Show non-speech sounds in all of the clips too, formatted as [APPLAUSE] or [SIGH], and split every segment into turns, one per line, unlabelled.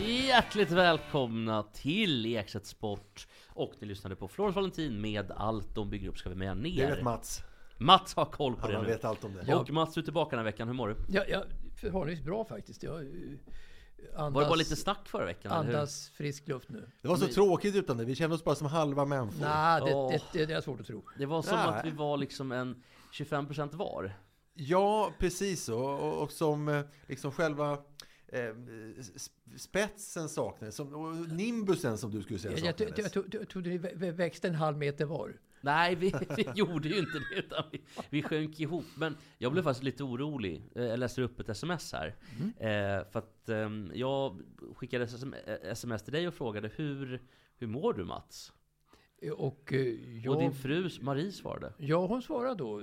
Hjärtligt välkomna till Ekstedt Sport och ni lyssnade på Florens Valentin med Allt de bygger upp ska vi med
Det
ner.
vet Mats.
Mats har koll på
Han
det nu.
vet allt om det.
Och Mats, du är tillbaka den här veckan, hur mår du?
Ja, ja, förhållandevis bra faktiskt. Jag eh, andas,
Var det bara lite snack förra veckan? eller hur?
andas frisk luft nu.
Det var så tråkigt utan det. Vi kände oss bara som halva människor.
Nej, det,
Åh.
det, det, det är svårt att tro.
Det var som
Nej.
att vi var liksom en 25% var.
Ja, precis så. Och, och som eh, liksom själva eh, s- spetsen saknades. Som, och nimbusen som du skulle säga
Jag, jag, jag, jag,
saknades.
tro- jag trodde det vä- vä- växte en halv meter var.
Nej, vi, [LAUGHS] vi gjorde ju inte det utan vi, vi sjönk ihop. Men jag blev faktiskt lite orolig. Eh, Jag läser upp ett sms här.
Mm.
Eh, för att ehm, jag skickade sm- eh, sms till dig och frågade hur, hur mår du Mats?
Och, eh, jag,
Och din fru Marie svarade.
ja, hon svarade då.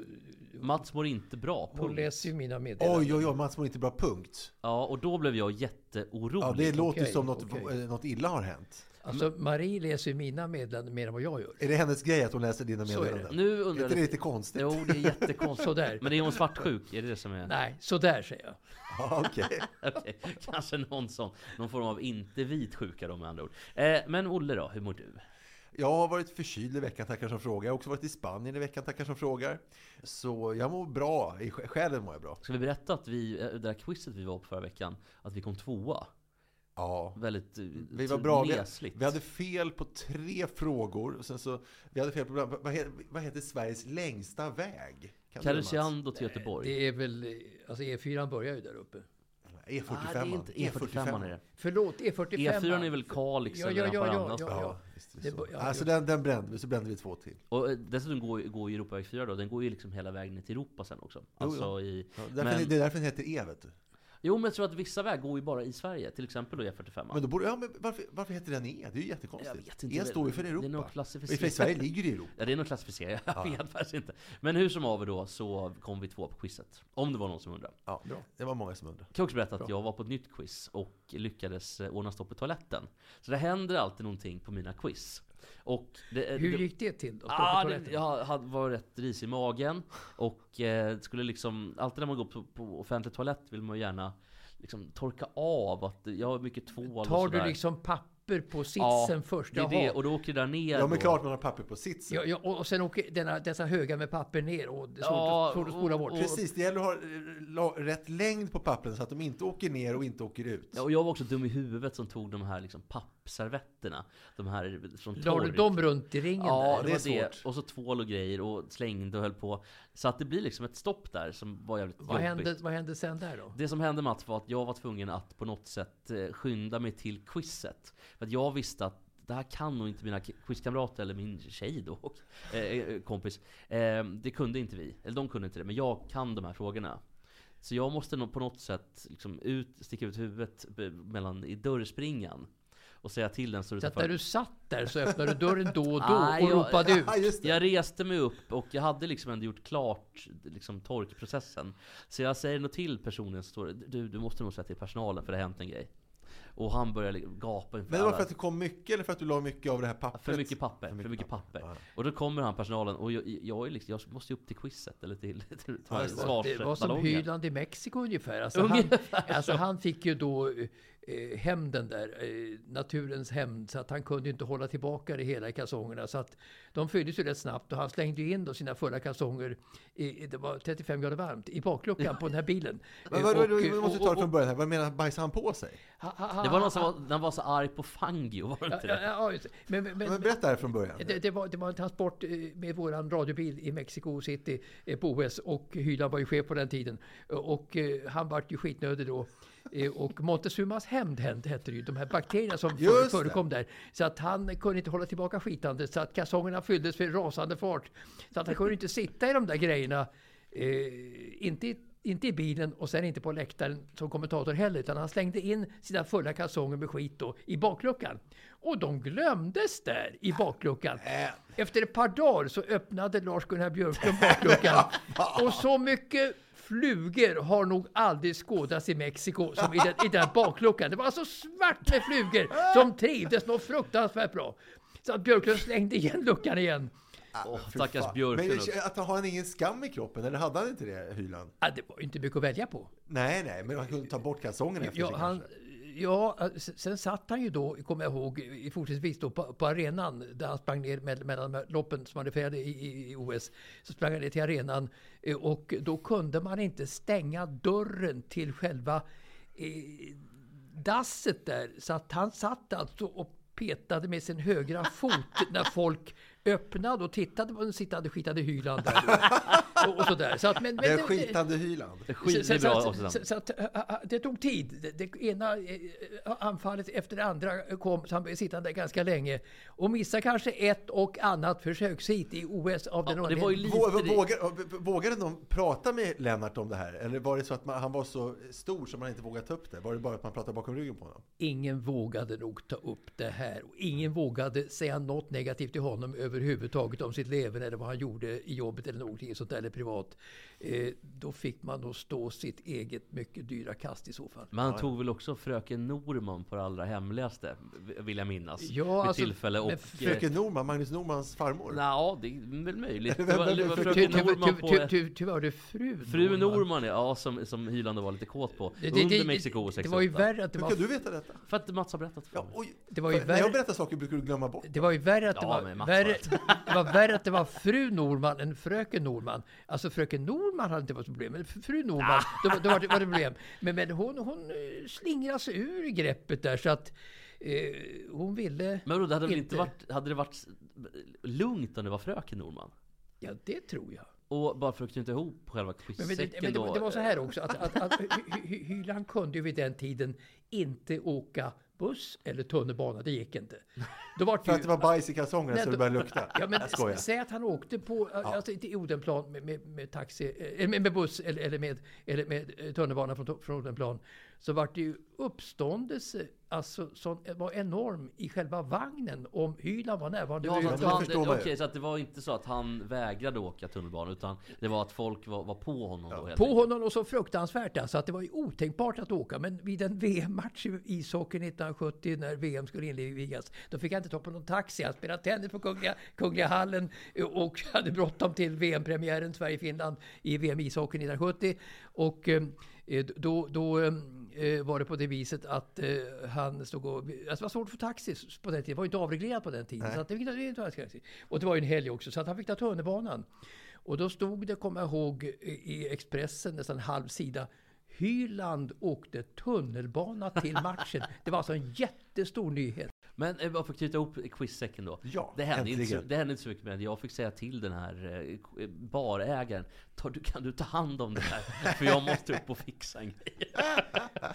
Mats mår inte bra.
Hon
punkt.
läser ju mina meddelanden.
Oj, oj, oj, Mats mår inte bra, punkt.
Ja, och då blev jag jätteorolig.
Ja, det låter ju
okej,
som något,
okej.
eh, något illa har hänt.
Alltså, Marie läser ju mina meddelanden mer än vad jag gör.
Är det hennes grej att hon läser dina
Så är det.
meddelanden?
Nu
Är
undrar
inte det
jag
lite konstigt?
Jo, det är
[LAUGHS]
jättekonstigt.
Sådär.
[LAUGHS] Men är hon svartsjuk? Är det det som är?
Nej, sådär säger jag.
Ja, okej.
[LAUGHS] Okej, kanske någon sån. Någon form av inte vit sjuka då med andra ord. Eh, men Olle då, hur mår du?
Jag har varit förkyld i veckan, tackar som frågar. Jag har också varit i Spanien i veckan, tackar som frågar. Så jag mår bra. I sj- själen mår jag bra.
Ska vi berätta att vi, eh, det där quizet vi var på förra veckan, att vi kom tvåa?
Ja.
Väldigt eh,
Vi var bra. Vi,
nesligt.
vi hade fel på tre frågor. Och sen så, vi hade fel på, vad, he- vad heter Sveriges längsta väg? Kan du det, Mats?
Karesuando till Göteborg.
E
Det är väl, eh, alltså E4 börjar ju där uppe.
E45.
ah, det är
E
inte
E
E45 är det.
Förlåt, E45.
E4 E är väl Kalix
Ja,
eller
ja, ja,
Haparanda?
ja,
Ja,
ja, ja.
visst är det
Det
så.
bör- ja,
alltså
ja.
den, den brände vi, så brände vi två till.
Och eh, dessutom går, går ju Europaväg 4 då, den går ju liksom hela vägen ner till Europa sen också. Alltså i,
Ja, därför,
men,
Det är därför den heter E, vet du.
jo men jag tror att vissa vägar går ju bara i Sverige, till exempel då E45.
Men, då borde, ja, men varför, varför heter den E? Det är ju
Jag
jättekonstigt.
vet inte.
E står ju för
Det är
Europa.
nog klassificerat.
Och i och för sig, Sverige ligger ju i Europa.
[LAUGHS] Ja, det är nog klassificerat. Jag vet faktiskt inte. Men hur som haver då så kom vi två på quizet. Om det var någon som undrar.
Ja, det var många som undrade.
Jag kan också berätta att jag var på ett nytt quiz och lyckades eh, ordna stopp i toaletten. Så det händer alltid någonting på mina quiz. Och det,
Hur
det,
gick det till då? Stå på
Ah, det,
toaletten?
jag hade, var rätt risig i magen och eh, skulle liksom, alltid när man går på, på offentlig toalett vill man ju gärna liksom torka av att jag har mycket tvål och
Tar
sådär.
du liksom papper på sitsen först?
det är det.
Jaha.
Och då åker det där ner.
Ja, men
då.
klart man har papper på sitsen.
Ja, ja, och och sen åker denna, dessa högar med papper ner och det är svårt,
Ja,
att, svårt att spola
och-
bort.
och-
Precis, det gäller att ha eh, la- rätt längd på pappren så att de inte åker ner och inte åker ut.
Ja, och jag var också dum i huvudet som tog de här liksom pappservetterna. De här från
La du
tork.
dem runt i ringen
Ja,
där?
det,
det
var
är
det.
svårt.
Och så tvål och grejer och slängde och höll på. Så att det blir liksom ett stopp där som var jävligt
Vad
jobbigt.
hände, vad hände sen där då?
Det som hände Mats var att jag var tvungen att på något sätt eh, skynda mig till quizet. För att jag visste att det här kan nog inte mina ki- quizkamrater, eller min tjej då, och, eh, eh, kompis. Eh, det kunde inte vi. Eller de kunde inte det. Men jag kan de här frågorna. Så jag måste nog på något sätt liksom ut, sticka ut huvudet b- mellan, i dörrspringan. Och säga till den som
Så att när du satt där så öppnade du dörren då och då
Ah,
och
ja,
ropade ut.
Ja, just det.
Jag reste mig upp och jag hade liksom ändå gjort klart liksom, torkprocessen. Så jag säger nog till personen som står du, du måste nog säga till personalen för det har hänt en grej. Och han börjar liksom gapa inför
Men det var
alla.
för att det kom mycket eller för att du la mycket av det här pappret?
För mycket papper, för mycket papper. Och då kommer han personalen och jag, jag, är liksom, jag måste ju upp till quizet eller till, [LAUGHS] till
Ja, det var-
Det var som
svarsballongen.
Hyland i Mexiko ungefär. Alltså han, alltså han fick ju då eh, eh, hämnden där, eh, naturens hämnd, så att han kunde ju inte hålla tillbaka det hela i kalsongerna. Så att de fylldes ju rätt snabbt och han slängde ju in då sina fulla kalsonger, i, i- det var 35 grader varmt, i bakluckan på den här bilen.
Men,
Eh,
vad, vad,
och-
vi måste
och-
ta
och-
det från början här. Vad menar han? Bajsade han på sig?
ha- ha- ha-
Det var någon som var, den var så arg på Fangio, var det
Ja,
inte
ja,
det?
ja, just det. Men, men,
Men,
men,
berätta det från början.
det, det, var, det var en transport eh, med våran radiobil i Mexico City eh, på OS och Hyland var ju chef på den tiden. Och eh, han vart ju skitnödig då. Eh, Och Montezumas hämnd hände- hette det ju, de här bakterierna som
Just
före,
det.
förekom där. Så att han kunde inte hålla tillbaka skitandet så att kalsongerna fylldes för rasande fart. Så att han kunde inte sitta i de där grejerna. Eh, inte i inte i bilen och sen inte på läktaren som kommentator heller, utan han slängde in sina fulla kalsonger med skit då i bakluckan. Och de glömdes där
Äh.
i bakluckan. Efter ett par dagar så öppnade Lars-Gunnar Björklund
[LAUGHS]
bakluckan. Och så mycket flugor har nog aldrig skådats i Mexiko som i den, i den här bakluckan. Det var alltså svart med flugor som trivdes något fruktansvärt bra. Så att Björklund slängde igen luckan igen.
Åh,
Fy
stackars
fan.
Björklund
Men
också.
det- att, har han ingen skam i kroppen? Eller hade han inte det, Hyland?
Ja, det var ju inte mycket att välja på.
Nej, nej, men han kunde ta bort kalsongerna efter
Ja,
sig
han,
kanske.
ja, s- sen satt han ju då, kommer jag ihåg, i fortsättningsvis då på, på arenan där han sprang ner med, mellan de här loppen som han refererade i, i, i OS. Så sprang han ner till arenan eh, och då kunde man inte stänga dörren till själva eh, dasset där. Så att han satt alltså och petade med sin högra fot när folk öppnade och tittade på den sittande skitande hylan där. då. Och, och sådär. Så att, men, men,
Den
det-
skitande Hyland.
Det är skit- det är
så,
bra
så,
avsnitt.
så, så att, ä, ä, det tog tid. Det, det ena eh, anfallet efter det andra kom, så han blev sittande ganska länge. Och missade kanske ett och annat försökshit i OS av den
Ja, det var ju
anledningen.
lite...
Vå- Vågar, vågade någon prata med Lennart om det här? Eller var det så att man, han var så stor som man inte vågade ta upp det? Var det bara att man pratade bakom ryggen på honom?
Ingen vågade nog ta upp det här. Och ingen vågade säga något negativt till honom överhuvudtaget om sitt leverne eller vad han gjorde i jobbet eller någonting sånt där, eller privat. Eh, då fick man nog stå sitt eget mycket dyra kast i så fall.
Men han tog väl också fröken Norman på det allra hemligaste, vill jag minnas.
Ja,
vid
alltså,
tillfälle.
men
Och, eh,
fröken-
Fröken Norman, Magnus Normans farmor?
Ja, det är väl möjligt. Det
Vem-
var,
vem-
det var
vem-
fröken
Ty- ty-
Norman
ty-
på...
ty-
ett-
ty- Tyvärr var det fru
Fru Norman, ja, som, som Hyland var lite kåt på.
Det, det,
under
det,
Mexiko
det,
68.
det var ju värre att det
Hur
var...
kan du veta detta?
För att Mats har berättat för
Ja,
mig.
oj,
Det var ju
för, när
värre-
jag berättar saker brukar du glömma bort.
Det var ju värre att det,
Ja, men
var,
Mats
värre, [LAUGHS] det var värre att det var fru Norman än fröken Norman. Alltså fröken Norman hade inte varit problem, men fru Norman,
Ah.
då, var- då var det var det problem. Men, men hon, hon eh, slingrade sig ur greppet där så att eh, hon ville...
Men vadå, det hade väl inte
Inte.
varit, hade det varit s- lugnt om det var fröken Norman?
Ja, det tror jag.
Och bara för att knyta ihop själva
Men,
quizsäcken
men, det, men det,
då.
var- det var så här också att, att, att Hy- Hy- Hyland kunde ju vid den tiden inte åka buss eller tunnelbana, det gick inte. Då var det
För
ju-
att det var bajs i kalsongerna
Nej,
så det
då-
började lukta.
[LAUGHS] Ja, men
jag skojar.
säg att han åkte på, alltså inte i Odenplan med, med, med taxi, eh, med, med buss eller, eller med, eller med eh, tunnelbana från, från Odenplan. Så vart det ju uppståndelse, alltså som var enorm i själva vagnen om Hyland var närvarande.
Ja,
över
så att
det
huvudtaget.
han,
förstår man ju.
okej, så att det var inte så att han vägrade åka tunnelbana utan det var att folk var, var på honom då helt
på
enkelt.
honom och så fruktansvärt alltså att det var ju otänkbart att åka. Men vid en VM-match i ishockey 1970 när VM skulle invigas, då fick han inte ta på någon taxi. Han spelade tennis på Kungliga, Kungliga hallen och hade bråttom till VM-premiären Sverige-Finland i VM ishockey 1970. Och eh, då, då eh, var det på det viset att eh, han stod och... Alltså det var svårt att få taxi på den tiden. Det var ju inte avreglerat på den tiden. Så att det, fick- det, fick ta taxi. och det var ju en helg också, så att han fick ta tunnelbanan. Och då stod det, kommer jag ihåg, i- i Expressen nästan en halv sida. Hyland åkte tunnelbana till matchen. Det var alltså en jättestor nyhet.
Men eh, bara för att knyta ihop quizsäcken då.
Ja,
det, hände inte så,
äntligen.
det hände inte så mycket men jag fick säga till den här eh, k- eh, barägaren. "Ta- du, kan du ta hand om det här? För jag måste upp och fixa en grej.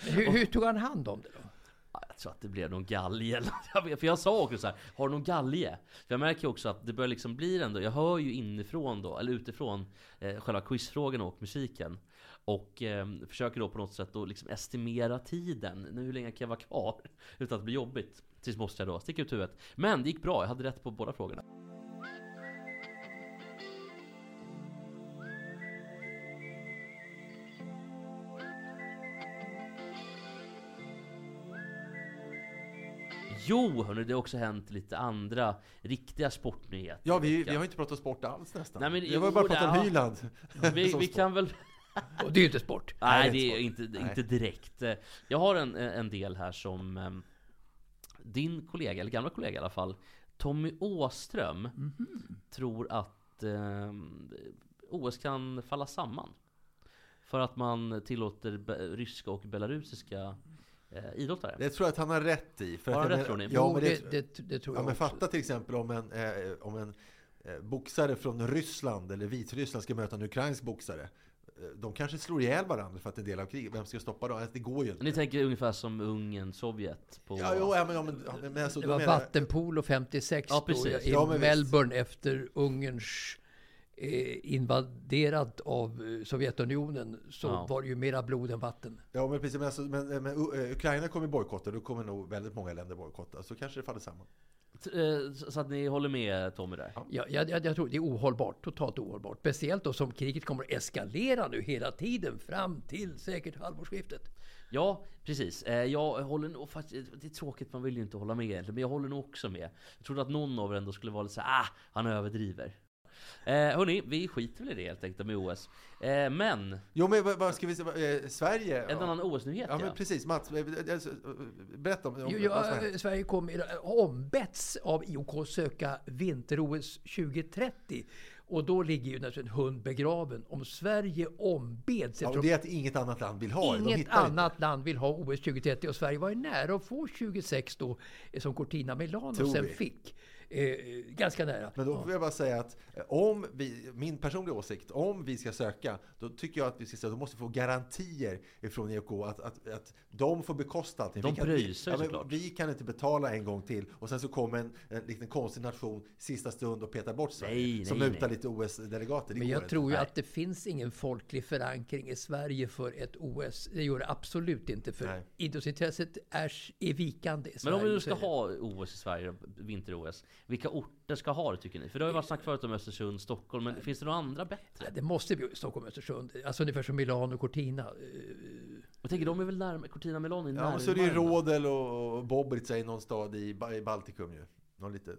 Hur, hur tog han hand om det då?
Ja, Jag tror att det blev någon galge eller något. jag vet, För jag sa också så här, har du någon galge? För jag märker ju också att det börjar liksom bli ändå, jag hör ju inifrån då, eller utifrån eh, själva quizfrågan och musiken. Och eh, försöker då på något sätt att liksom estimera tiden. Nu, hur länge kan jag vara kvar? [LAUGHS] Utan att det blir jobbigt. Tills måste jag då sticka ut huvudet. Men det gick bra, jag hade rätt på båda frågorna. Jo, hörni, det har också hänt lite andra riktiga sportnyheter.
Ja, vi,
Rickard.
vi har inte pratat sport alls nästan.
Nej, men
vi
jo,
har bara pratat om
ja.
[LAUGHS] Hyland.
Vi,
som
vi
sport.
kan väl...
Och det är ju inte sport.
Nej,
det är
det är
inte
inte, inte direkt. Eh, Jag har en, en del här som ehm, din kollega, eller gamla kollega i alla fall, Tommy Åström, Mhm. tror att ehm, OS kan falla samman. För att man tillåter be- ryska och belarusiska eh, idrottare.
Det tror jag att han har rätt i. För
Har han
att jag
rätt,
menar-
tror ni?
Ja,
Jo,
men
det,
det,
det, det tror
ja,
jag
men
också.
fatta till exempel om en, eh, om en eh, boxare från Ryssland eller Vitryssland ska möta en ukrainsk boxare. Eh, De kanske slår ihjäl varandra för att det är del av kriget. Vem ska stoppa dem? Det går ju inte.
Ni tänker ungefär som Ungern, Sovjet? På,
Ja, jo, ja, men, ja, men, ja, men alltså,
Det
då
var
menar jag-
vattenpolo 56
Ja,
då
precis.
i
Ja, men visst.
Melbourne efter Ungerns eh, invaderat av eh, Sovjetunionen så
Ja.
var det ju mera blod än vatten.
Ja, men precis. Men, alltså, men, men U- eh, Ukraina kommer bojkotta. Då kommer nog väldigt många länder bojkotta. Så kanske det faller samman.
T- eh, Så så att ni håller med Tommy där?
Ja, jag, jag, jag tror det är ohållbart, totalt ohållbart. Speciellt då som kriget kommer att eskalera nu hela tiden fram till säkert halvårsskiftet.
Ja, precis. Eh, Jag håller nog faktiskt, det är tråkigt, man vill ju inte hålla med egentligen, men jag håller nog också med. Jag trodde att någon av er ändå skulle vara lite så här, ah, han överdriver. Eh, hörni, vi skiter väl i det helt enkelt med OS. Eh, men, en
Jo, men vad, vad ska vi säga? Eh, Sverige? ja.
annan OS-nyhet
Ja,
ja.
men precis. Mats, eh, eh, alltså, eh, berätta om, om
Jo, eh,
vad som har
ja,
hänt.
Sverige kom i- ombetts av IOK söka vinter-OS 2030. Och då ligger ju naturligtvis en hund begraven. Om Sverige ombeds...
Ja,
eftersom-
och det är att inget annat land vill ha det. De
Inget
hittar inte.
annat land vill ha OS 2030 och Sverige var ju nära att få 26 då eh, som Cortina Milano
Tror
sen
vi.
fick. Eh, eh, ganska nära.
Men då vill jag bara säga att eh, om vi, min personliga åsikt, om vi ska söka, då tycker jag att vi ska säga, då måste vi få garantier ifrån IOK att, att, att de får bekosta allting.
De
vi kan,
bryr sig
ja, men
såklart.
Vi kan inte betala en gång till och sen så kommer en, en liten konstig nation sista stund och petar bort Sverige.
Nej,
som
nej,
mutar
nej.
lite OS-delegater. Det
Men
går
jag
inte.
tror ju
Nej.
att det finns ingen folklig förankring i Sverige för ett OS. Det gör det absolut inte. För
Nej.
idrottsintresset är, är vikande i
Men
Sverige.
om vi nu ska
så är det-
ha OS i Sverige, vinter-OS, vilka orter ska ha det tycker ni? För det har ju varit snack förut om Östersund, Stockholm, men finns det några andra bättre?
Nej, Det måste bli Stockholm, Östersund. Alltså ungefär som Milano och Cortina. Eh,
Jag tänker de är väl närmare, Cortina Milano är
Ja, men så är det ju
närmare.
Rodel och Bobrica i någon stad i, Ba- i Baltikum ju. Någon lite.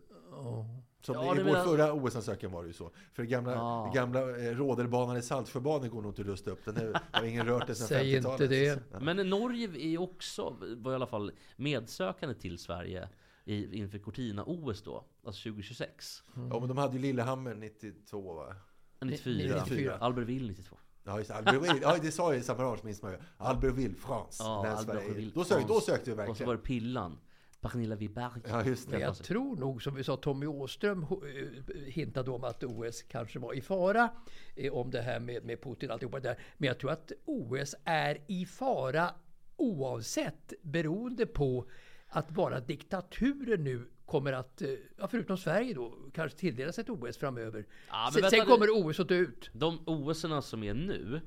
Som
Ja,
i
du
vår
menar-
förra OS-ansökan var det ju så. För gamla,
Ja.
gamla eh, Rådelbanan i Saltsjöbaden går nog inte att rusta upp.
[LAUGHS]
Den är, har ingen rört det sedan 50-talet.
Säg inte det.
Men Norge är ju också, var i alla fall medsökande till Sverige i, inför Cortina-OS då, alltså 2026.
Ja, men de hade ju Lillehammer 92 va?
94.
94.
Albertville 92.
Ja, just det. Albertville. Ja, det sa jag i samma range, minns man ju. Albertville, France.
Ja,
När
Albertville,
Sverige- då, sökte, då
France.
sökte vi
Och så var
verkligen.
det Pillan. Pernilla Wiberg.
Ja, just
Men
det.
jag tror nog, som vi sa, Tommy Åström eh, hintade om att OS kanske var i fara. eh, Om det här med, med Putin och alltihopa det där. Men jag tror att OS är i fara oavsett beroende på att bara diktaturer nu kommer att, eh, ja, förutom Sverige då, kanske tilldelas ett OS framöver.
Ja, men
sen,
vänta
sen
nu.
kommer OS att dö ut.
De OSerna som är nu,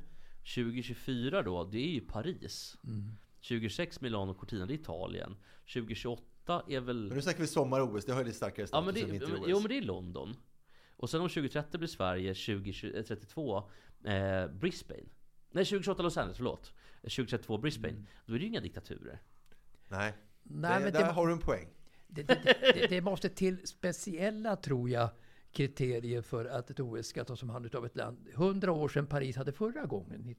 2024 då, det är ju Paris. 2026 Milano Cortina, det är Italien. 2028 är
Men
väl...
nu snackar vi sommar-OS. Det har ju lite starkare
Ja
status
men det,
än vinter-OS.
jo men det är London. Och sen om 2030 blir Sverige 2032 eh, Brisbane. Nej 2028 Los Angeles, förlåt. 2032 Brisbane. Då är det ju inga diktaturer.
Nej,
Nej,
det,
men
där
det-
har du en poäng.
Det, det, det, det måste till speciella, tror jag, kriterier för att ett OS ska tas om hand av ett land. Hundra år sedan Paris hade förra gången,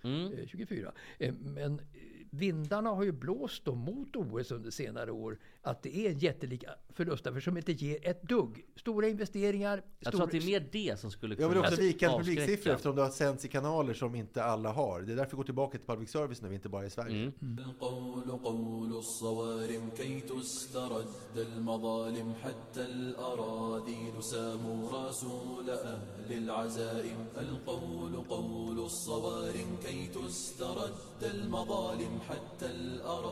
1924.
Mm.
Eh, Men eh, vindarna har ju blåst då mot OS under senare år. Att det är en jättelik förlustaffär som inte ger ett dugg. Stora investeringar.
Jag tror
stor-
att det är mer det som skulle kunna
Jag vill också
alltså,
vikande
avskräcka.
publiksiffror eftersom det har sänds i kanaler som inte alla har. Det är därför vi går tillbaka till public service nu, inte bara i Sverige.
Mm.
القول قول الصوارم كي تسترد المظالم حتى الأراذيل ساموا رسول أهل العزائم القول قول الصوارم كي تسترد المظالم حتى الأراذيل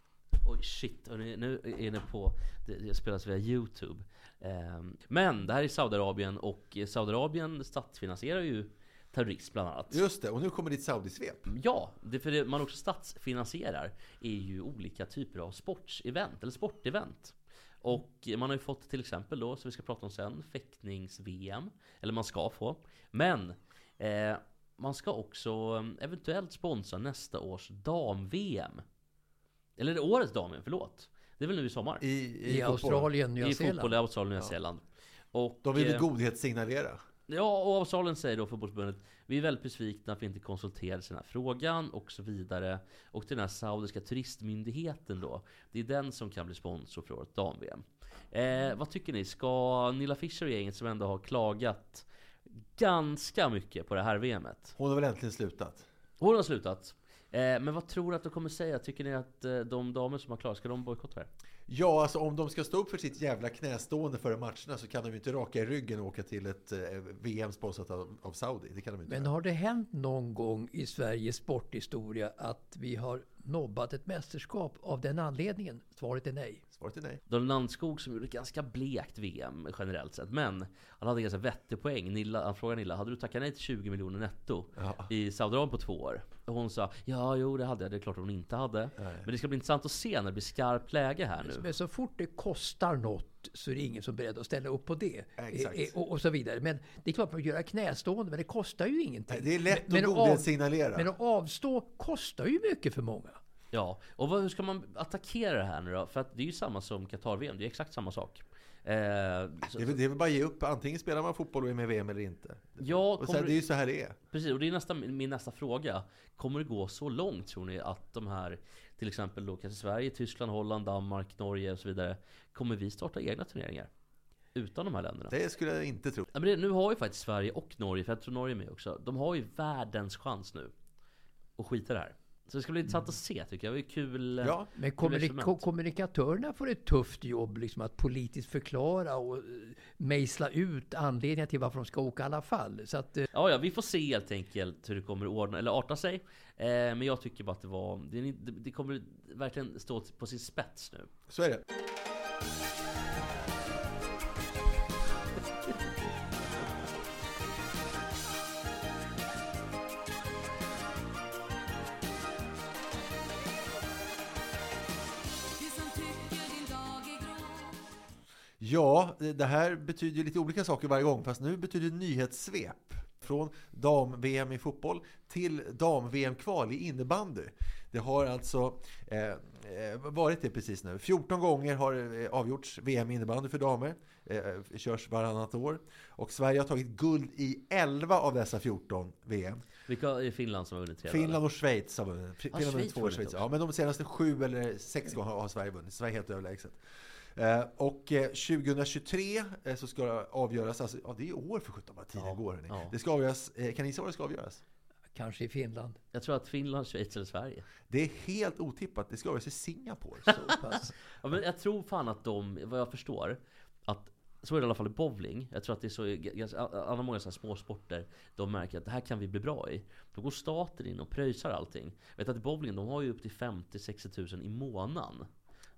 Oj shit, och ni, nu är ni på, det, det spelas via Youtube. Ehm, men det här är Saudiarabien och eh, Saudiarabien statsfinansierar ju terrorism bland annat.
Just det, och nu kommer ditt Saudi-svep.
Ja, det för det man också statsfinansierar är ju olika typer av sportsevent, eller sportevent. Och man har ju fått till exempel då, som vi ska prata om sen, fäktnings-VM. Eller man ska få. Men eh, man ska också eh, eventuellt sponsra nästa års dam-VM. Eller årets dam-VM, förlåt. Det är väl nu i sommar?
I, i,
I
fotboll.
Australien, Nya
I
Zeeland.
fotboll i Australien och Nya Zeeland. Och,
De vill
eh,
godhetssignalera.
Ja, och Australien säger då fotbollsförbundet Vi är väldigt besvikna att vi inte konsulterades i den här frågan och så vidare. Och till den här saudiska turistmyndigheten då. Det är den som kan bli sponsor för årets dam-VM. Eh, vad tycker ni? Ska Nilla Fischer och gänget som ändå har klagat ganska mycket på det här VMet.
Hon har väl äntligen slutat?
Hon har slutat. Eh, men vad tror du att de kommer säga? Tycker ni att eh, de damer som har klarat, ska de bojkotta det här?
Ja, alltså om de ska stå upp för sitt jävla knästående före matcherna så kan de ju inte raka i ryggen och åka till ett eh, VM sponsrat av, av Saudi. Det kan de inte
Men
göra.
har det hänt någon gång i Sveriges sporthistoria att vi har nobbat ett mästerskap av den anledningen? Svaret är nej.
Svaret är nej.
Daniel Landskog som gjorde ett ganska blekt VM generellt sett. Men han hade en ganska vettig poäng. Nilla, han frågade Nilla, hade du tackat nej till 20 miljoner netto i Saudiarabien på två år? Och hon sa, ja jo det hade jag. Det är klart hon inte hade. Men det ska bli intressant att se när det blir skarpt läge här nu.
Men så fort det kostar något så är det ingen som är beredd att ställa upp på det.
Exakt.
Eh, eh, Och, och så vidare. Men det är klart, man göra knästående, men det kostar ju ingenting.
Det är lätt
men,
att
av-
godhetssignalera.
Men att avstå kostar ju mycket för många.
Ja, och vad, hur ska man attackera det här nu då? För att det är ju samma som Qatar-VM. Det är exakt samma sak. Eh, så,
Det är, väl- det är väl bara att ge upp. Antingen spelar man fotboll och är med i VM eller inte.
ja,
Och så
kommer
här,
du-
det är ju så här det är.
Precis, och det är nästa, min nästa fråga. Kommer det gå så långt tror ni att de här, till exempel då kanske Sverige, Tyskland, Holland, Danmark, Norge och så vidare. Kommer vi starta egna turneringar? Utan de här länderna?
Det skulle jag inte tro.
Ja, men det, nu har ju faktiskt Sverige och Norge, för jag tror Norge är med också. De har ju världens chans nu. Att skita i det här. Så det ska bli intressant att se tycker jag. Det är kul. eh,
Mm. Ja,
Men
instrument.
kommunik- kommunikatörerna får ett tufft jobb liksom, att politiskt förklara och eh, mejsla ut anledningar till varför de ska åka i alla fall. Så att, eh,
Ja, ja, vi får se helt enkelt hur det kommer att ordna, eller arta sig. Eh, men jag tycker bara att det var... Det, det, det kommer verkligen stå på sin spets nu.
så är det.
Du som tycker din dag är grå
Ja, eh, det här betyder ju lite olika saker varje gång, fast nu betyder det nyhetssvep. Från dam-VM i fotboll till dam-VM-kval i innebandy. Det har alltså eh, eh, varit det precis nu. 14 gånger har eh, avgjorts VM i innebandy för damer. Eh, körs varannat år. Och Sverige har tagit guld i 11 av dessa 14 VM.
Vilka är Finland som har vunnit tre?
Finland och Schweiz har vunnit. Finland har vunnit
Schweiz
två år,
vunnit
Schweiz.
också.
Ja, men de senaste sju eller sex gånger har Sverige vunnit. Sverige är helt överlägset. Eh, Och eh, 2023 eh, så ska det avgöras, alltså, ja det är ju år för sjutton vad tiden går. hörni.
ja.
Det ska avgöras, eh, kan ni gissa vad det ska avgöras?
kanske i Finland.
Jag tror att Finland, Schweiz eller Sverige.
Det är helt otippat, det ska avgöras i Singapore.
[LAUGHS]
Så pass.
Ja, men jag tror fan att de, vad jag förstår, att så är det i alla fall i bowling. Jag tror att det är så i ganska- alla många så här småsporter. De märker att det här kan vi bli bra i. Då går staten in och pröjsar allting. Vet att i bowlingen, de har ju upp till 50-60 tusen i månaden.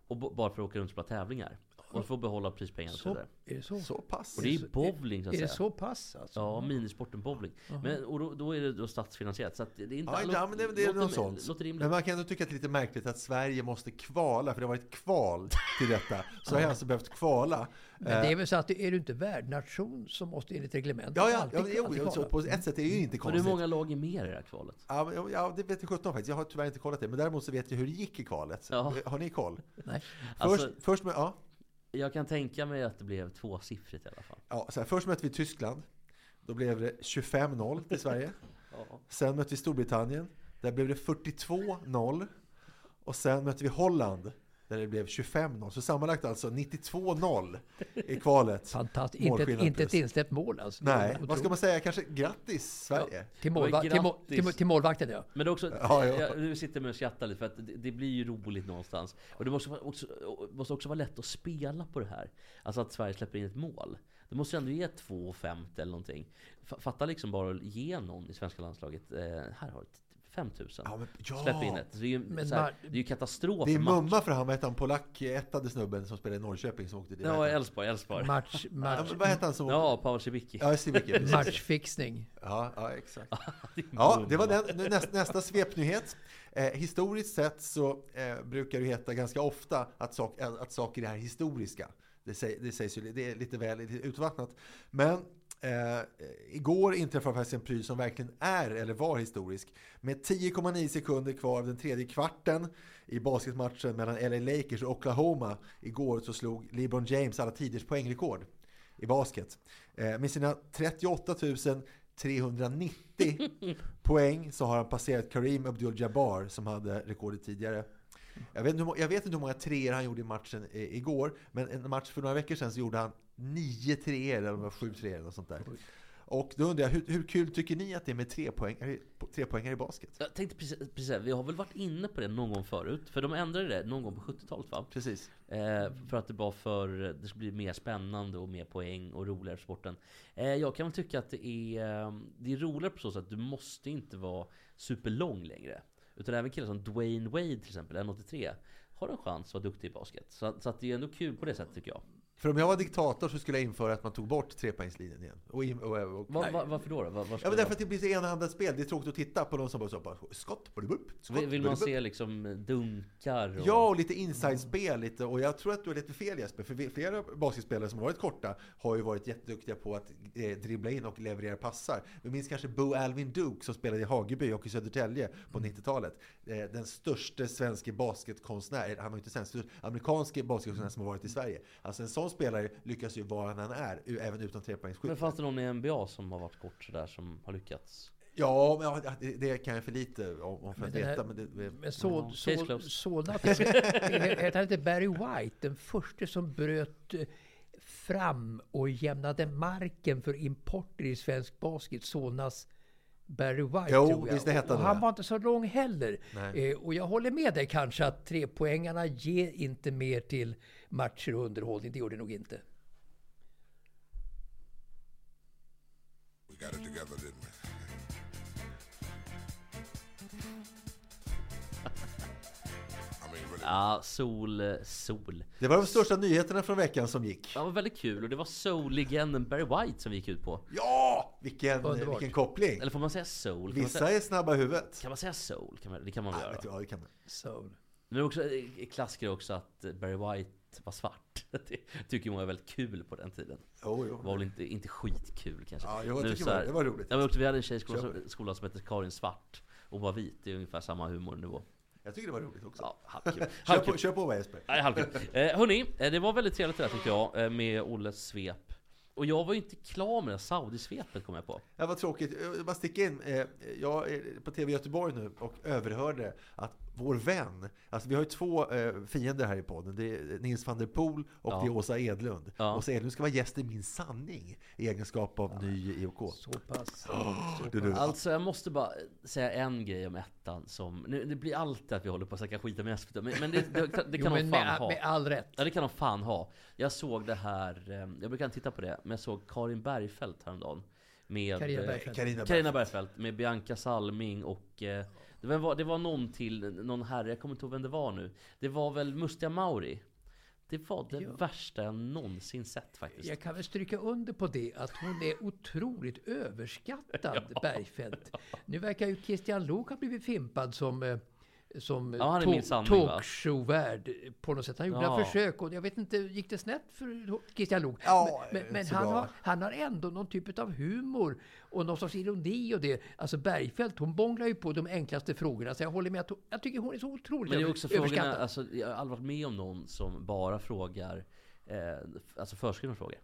Och b- bara för att åka runt och spela tävlingar. Och få behålla prispengarna och så
Så,
vidare.
är det så?
Så pass.
Och det är ju bowling så att
är det
säga.
så pass alltså?
Ja, minisporten bowling. Men, och då, då är det då statsfinansierat. Så att det är inte...
Ja, inte, ja, men det, det är
låter-
något sånt.
Låter rimligt.
Men man kan ändå tycka att det är lite märkligt att Sverige måste kvala, för det har varit kval till detta. Sverige har alltså
[LAUGHS]
behövt kvala. Eh,
Men det är väl så att är du inte värdnation så måste enligt reglementet
Ja, ja,
alltid,
ja, jo,
alltid
jo, så
kvala.
på ett sätt är det ju inte
Men hur
konstigt.
många lag är med i det här kvalet?
Ja, men- ja, det vet jag sjutton faktiskt. Jag har tyvärr inte kollat det. Men däremot så vet jag hur det gick i kvalet.
Ja.
Har ni koll?
Nej.
Alltså-
Först, först, med, ja,
Jag kan tänka mig att det blev tvåsiffrigt i alla fall.
ja, så här, först mötte vi Tyskland. Då blev det 25-0 till
[LAUGHS]
Sverige. Sen mötte vi Storbritannien. Där blev det 42-0. Och sen mötte vi Holland. Där det blev 25-0. Så sammanlagt alltså 92-0 i kvalet.
Fantastiskt. Inte, ett-
Målskillnad
inte ett
plus.
insläppt mål alltså.
Nej,
Otroligt.
vad ska man säga? Kanske grattis Sverige.
Till, målva- till, må- till, må- till målvakten ja.
Men det är också,
Ja, ja.
Jag, nu sitter jag med och skrattar lite för att det, det blir ju roligt någonstans. Och det måste vara- också, måste också vara lätt att spela på det här. Alltså att Sverige släpper in ett mål. Det måste ju ändå ge 2,50 eller någonting. Fa- Fatta liksom bara att ge någon i svenska landslaget, eh, här har du 5000.
Ja, men- ja.
Släpp in ett. Det är ju,
Men
så här,
Mar-
det är ju katastrof.
Det är
för match.
Mumma för han, vad hette han, polack, ettade snubben som spelade i Norrköping som åkte dit.
Ja, Elfsborg, Elfsborg.
Match,
Ja,
match,
[LAUGHS] men vad hette han som åkte?
Ja, Paul Cibicki. [LAUGHS]
Ja, just det, Micke, precis.
matchfixning.
Ja, ja exakt. Ja, det var den, nu näst, nästa svepnyhet. Eh, historiskt sett så eh, brukar det heta ganska ofta att, sak, eh, att saker är historiska. Det, säg, det sägs ju, det är lite väl lite utvattnat. Men eh, igår inträffade faktiskt en pryl som verkligen är eller var historisk. Med 10,9 sekunder kvar av den tredje kvarten i basketmatchen mellan LA Lakers och Oklahoma igår så slog LeBron James alla tiders poängrekord i basket. Eh, Med sina 38 390 poäng så har han passerat Kareem Abdul-Jabbar som hade rekordet tidigare. Jag vet, inte hur, må- jag vet inte hur många treor han gjorde i matchen i- igår, men en match för några veckor sedan så gjorde han nio treor eller om det var sju treor eller något sånt där. Och då undrar jag, hur, hur kul tycker ni att det är med trepoängare tre poängare i basket?
Jag tänkte precis, precis, här, vi har väl varit inne på det någon gång förut? För de ändrade det någon gång på 70-talet va?
Precis.
Eh, för att det var för, det skulle bli mer spännande och mer poäng och roligare för sporten. Eh, jag kan väl tycka att det är, eh, det är roligare på så sätt att du måste inte vara superlång längre. Utan även killar som Dwayne Wade till exempel, 1,83, har en chans att vara duktig i basket. Så, att- så att det är ändå kul på det sättet tycker jag.
För om jag var diktator så skulle jag införa att man tog bort trepoängslinjen igen. Och, in- och, och, och,
Va, va, varför då? då? Va, var ska
Ja, men
det
därför att det blir så enhandat spel. Det är tråkigt att titta på någon som bara, så bara skott, bulibup, skott,
vara? vill, vill man
bulibup.
se liksom dunkar? Och...
Ja, och lite inside-spel lite. Och jag tror att du har lite fel Jesper. För vi- flera basketspelare som har varit korta har ju varit jätteduktiga på att eh, dribbla in och leverera passar. Vi minns kanske Bo Alvin Duke som spelade i Hageby och i Södertälje på
Mm.
90-talet. Eh, den största svenska basketkonstnären. Han var ju inte svensk, utan amerikansk basketkonstnär som har varit i Sverige. Alltså en sån spelare lyckas ju var han än är, u- även utan
Men
trepoängsskytt.
fanns det någon i NBA som har varit kort sådär som har lyckats?
Ja, men ja, det- det kan jag för lite om, om för
Men
att
den här-
veta. Men det, det,
Men Sol,
Ja, case
Sol,
closed.
[LAUGHS] Solna fick... Hette han inte Barry White? Den första som bröt eh, fram och jämnade marken för importer i svensk basket. Solnas Barry White,
Jo,
tror jag.
visst, det hette han
och
det.
han var inte så lång heller.
Nej.
Eh, och jag håller med dig kanske att trepoängarna ger inte mer till matcher och underhållning. Det gjorde det nog inte.
We got it together, didn't we? I mean, really.
Ja, sol, eh, sol.
det var de största nyheterna från veckan som gick.
Ja, Det var väldigt kul och det var soul-legenden Barry White som vi gick ut på.
Ja! Vilken,
Underbart.
vilken koppling!
Eller får man säga soul? Kan man säga,
Vissa är snabba i huvudet.
kan man säga soul? Kan man, det kan man väl
Ja,
göra?
vet du, ja, det kan man.
Soul.
Men det är också eh, klassiker också att eh, Barry White var svart. [LAUGHS] Det tycker många är väldigt kul på den tiden.
Jo,
Det
jo.
var väl inte, inte skitkul kanske.
Ja, jag
Nu
tycker
så här-
det. Det var roligt.
Ja, men också, vi hade en tjejskola som, skola som hette Karin Svart och var vit. Det är ungefär samma humornivå.
Jag tycker det var roligt också.
Ja,
[LAUGHS]
halvkul.
Kör på,
halvkul.
kör på va Jesper.
Nej, halvkul. Eh, hörni, eh, det var väldigt trevligt det här tycker jag eh, med Olles svep. Och jag var ju inte klar med det här Saudi-svepet kom jag på.
Det var tråkigt. Jag vill bara sticka in. Eh, Jag är på TV Göteborg nu och överhörde att vår vän, alltså vi har ju två eh, fiender här i podden. Det är Nils van der Poel och
Ja.
det är Åsa Edlund.
Ja.
Åsa Edlund ska vara gäst i Min sanning i egenskap av ny i IOK.
Så pass.
Du, du.
Alltså jag måste bara säga en grej om ettan som... Nu, det blir alltid att vi håller på att snacka skit om SVT, men, men det, det, det kan
Jo,
de
men
fan
med,
ha.
med all rätt.
Ja det kan de fan ha. Jag såg det här, eh, jag brukar inte titta på det, men jag såg Karin Bergfeldt häromdagen. Med,
Carina
eh,
Bergfeldt.
Carina
Carina
Bergfeldt.
Bergfeldt med Bianca Salming och... Eh, det, var- var, det var någon till, någon herre, jag kommer inte ihåg vem det var nu. Det var väl Mustiga Mauri? Det var det
Ja.
värsta jag någonsin sett faktiskt.
Jag kan väl stryka under på det att hon är
[LAUGHS]
otroligt överskattad, Bergfeldt. Nu verkar ju Christian Lok ha blivit fimpad som eh, som
Ja, han är
tå-
min sanning, va?
talkshow-värd på något sätt. Han gjorde
Ja.
ett försök och jag vet inte, gick det snett för Christian Lok?
Ja,
men
inte
men
så
han,
bra.
har, han har ändå någon typ av humor och någon sorts ironi och det. Alltså Bergfeldt, hon bånglar ju på de enklaste frågorna. Så jag håller med att hon, jag tycker hon är så otroligt
Men det är också frågorna,
överskattad.
alltså, jag har aldrig varit med om någon som bara frågar eh, f- alltså förskrivna frågor.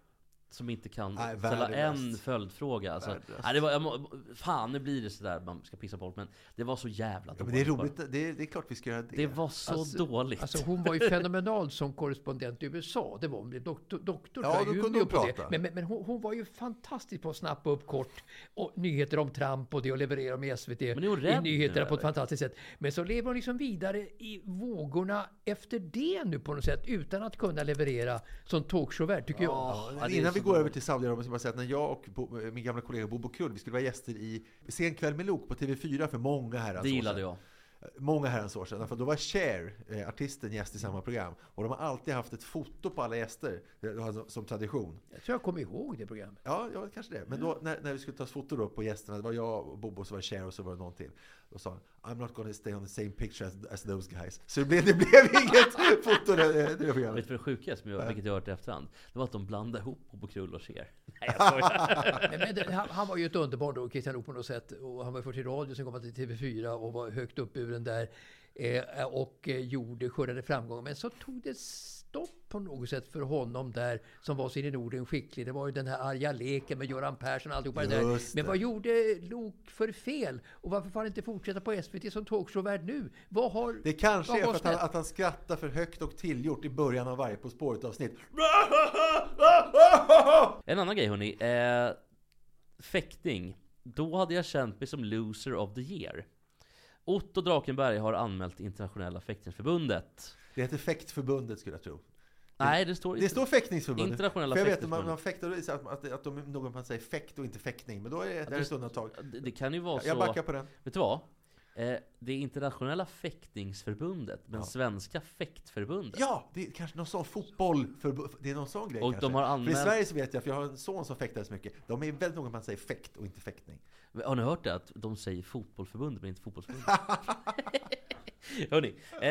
Som inte kan
Nej,
ställa
värdelöst.
en följdfråga. Alltså,
Värdelöst.
nej, det var, jag, må- fan, nu blir det sådär man ska pissa på folk. Men det var så jävla
Ja,
dåligt.
men det är
bara.
roligt. Det är, det är klart vi ska göra det.
Det var så
Alltså-
dåligt.
Alltså hon var ju fenomenal som korrespondent i USA. Det var hon blev doktor, doktor
Ja,
tror jag,
då
i
kunde
Umeå
hon
på det.
prata.
Men, men, men hon, hon var ju fantastisk på att snappa upp kort och nyheter om Trump och det och leverera dem i SVT.
Men är hon
I
rädd
nyheterna
nu,
på ett
eller?
fantastiskt sätt. Men så lever hon liksom vidare i vågorna efter det nu på något sätt utan att kunna leverera som talshowvärd tycker jag.
Men
Ja, det är
Innan vi
så
går
bra.
över till Saudiarabien så vill jag bara säga att när jag och Bo, min gamla kollega Bobo Krull, vi skulle vara gäster i Sen kväll med Lok på TV4 för många herrans
det
år
gillade
sedan.
jag.
Många herrans år sedan. För då var Cher, eh, artisten, gäst i samma program. Och de har alltid haft ett foto på alla gäster eh, som- som tradition.
Jag tror jag kommer ihåg det programmet.
Ja, ja kanske det. Men då när, när vi skulle ta foto då på gästerna, det var jag och Bobo, så var det Cher och så var det någon till. Då sa han I'm not gonna stay on the same picture as, as those guys. Så det blev, det blev [LAUGHS] inget foto där, eh, det
Vet
programmet.
du vad det sjuka är, som jag, vilket jag har hört i efterhand? Det var att de blandade ihop Bobo Krull och Cher. Nej, jag skojar.
Men, men det, han, han var ju ett underbarn då, Christian Lok på något sätt. Och han var ju först i radio, sen kom han till TV4 och var högt uppburen där. Eh, och eh, gjorde, skördade framgång. Men så tog det s- stopp på något sätt för honom där som var sin i Norden skicklig. Det var ju den här arga leken med Göran Persson och alltihopa det
Just
där.
det.
Men vad gjorde Lok för fel? Och varför får han inte fortsätta på SVT som talshowvärd nu? Vad har...
Det kanske
vad
är
har
för att han,
snett?
att han skrattar för högt och tillgjort i början av varje På spåret-avsnitt.
En annan grej hörni. Eh, fäktning. Då hade jag känt mig som loser of the year. Otto Drakenberg har anmält Internationella fäktningsförbundet.
Det heter Fäktförbundet skulle jag tro.
Nej, det står
Det står Fäktningsförbundet.
Internationella
För jag vet att man,
fäktningsförbundet.
man fäktar, det är så att, att, att de, någon man säger fäkt och inte fäktning. Men då är det, där är ett undantag.
Det, det kan ju vara så...
Jag backar på den.
Vet du vad? Eh, det är internationella fäktningsförbundet, men svenska fäktförbundet.
Ja, det är kanske någon sån fotboll. För, det är någon sån grej
Och
kanske.
de har anmält-
För i Sverige så vet jag, för jag har en son som fäktar så mycket. De är väldigt noga med att man säger fäkt och inte fäktning.
Har ni hört det? Att de säger fotbollförbundet, men inte
[LAUGHS]
fotbollsförbundet. Hörni, eh,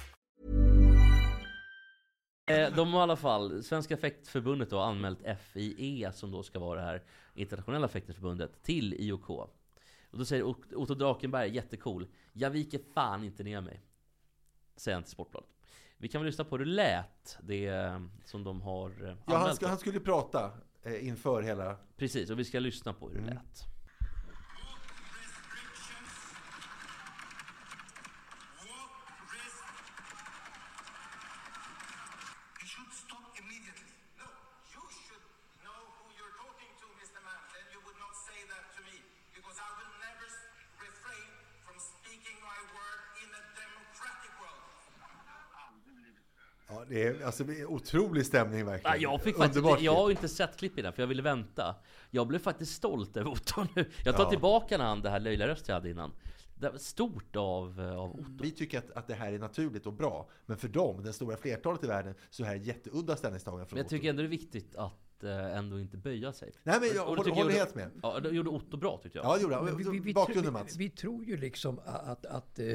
eh, de har i alla fall, Svenska fäktförbundet då, har anmält FIE, som då ska vara det här internationella fäktningsförbundet, till IOK. Och då säger Ot- Otto Drakenberg, jättecool, jag viker fan inte ner mig. Säger han till Sportbladet. Vi kan väl lyssna på hur det lät, det eh, som de har eh, anmält.
Ja, han, ska, han skulle prata eh, inför hela...
Precis, och vi ska lyssna på hur
Mm.
det lät.
You should stop immediately. No, you should know who you're talking to, Mr. Man. Then you would not say that to me, because I will never s- refrain from speaking my word in a democratic world.
Ja, det är alltså, det är otrolig stämning
Ja,
verkligen.
jag, fick faktiskt, jag
Underbart klipp.
har ju inte sett klippen där för jag ville vänta. Jag blev faktiskt stolt över Otto nu. Jag tar tillbaka när han, det här löjliga röst jag hade innan. Det var stort av, eh, av Otto.
Vi tycker att, att det här är naturligt och bra. Men för dem, det stora flertalet i världen, så här är jätteudda ställningstaganden från
Men jag
Otto.
tycker ändå det är viktigt att eh, ändå inte böja sig.
Nej, men jag
Och det
håller-
tycker
håller
gjorde-
helt med.
Ja, det gjorde Otto bra tyckte jag.
Ja, det gjorde
Men vi- vi- vi
han.
tror-
Bakgrunden
vi-
Mats.
Vi tror ju liksom att, att, att eh,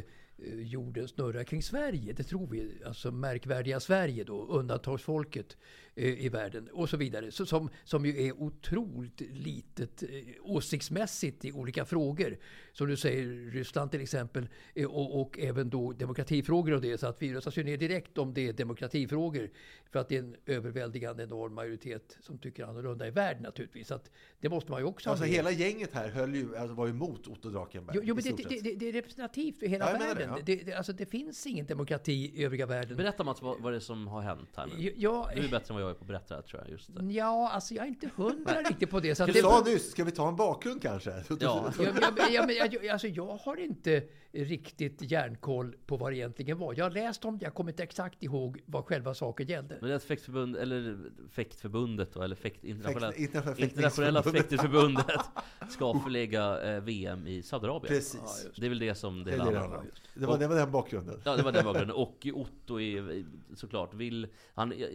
jorden snurrar kring Sverige. Det tror vi. Alltså märkvärdiga Sverige då, undantagsfolket eh, i världen och så vidare. Så, som, som ju är otroligt litet eh, åsiktsmässigt i olika frågor. Som du säger, Ryssland till exempel eh, och, och även då demokratifrågor och det. Så att vi röstas ju ner direkt om det är demokratifrågor. För att det är en överväldigande enorm majoritet som tycker annorlunda i världen naturligtvis. Så att det måste man ju också
Alltså
med.
hela gänget här höll ju, alltså, var ju emot Otto Drakenberg.
Jo,
i
jo men det,
stort
det,
sett.
det, det är representativt för hela
Ja, Mm. jag menar
världen. Det,
det,
det, alltså, det finns ingen demokrati i övriga världen.
Berätta Mats vad, vad det är som har hänt här nu.
ja,
Du är bättre än vad jag är på att berätta det här, tror jag. Just
Mm.
det.
ja, alltså jag är inte hundra riktigt på det. Så att
Du
det
sa nyss, ska vi ta en bakgrund [LAUGHS] kanske?
Ja.
Ja, men jag, jag, men jag, alltså jag har inte riktigt järnkoll på vad det egentligen var. Jag har läst om det, jag kommer inte exakt ihåg vad själva saken gällde.
Men det är att fäktförbund, eller fäktförbundet då, eller fäkt, internationella,
Fäkt- internationella
internationella
fäktningsförbundet.
fäktningsförbundet ska förlägga eh, VM i Saudiarabien.
Precis.
Det är väl det som det
Det, är
hela
det, det,
handlar
handlar
om.
om. det, var, det var den bakgrunden.
Ja, det var den bakgrunden. Och Otto är eh, såklart vill... Han, eh,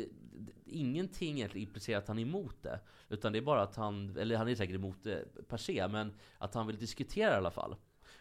ingenting egentligen implicerar att han är emot det. Utan det är bara att han... Eller han är säkert emot det per se, men att han vill diskutera i alla fall.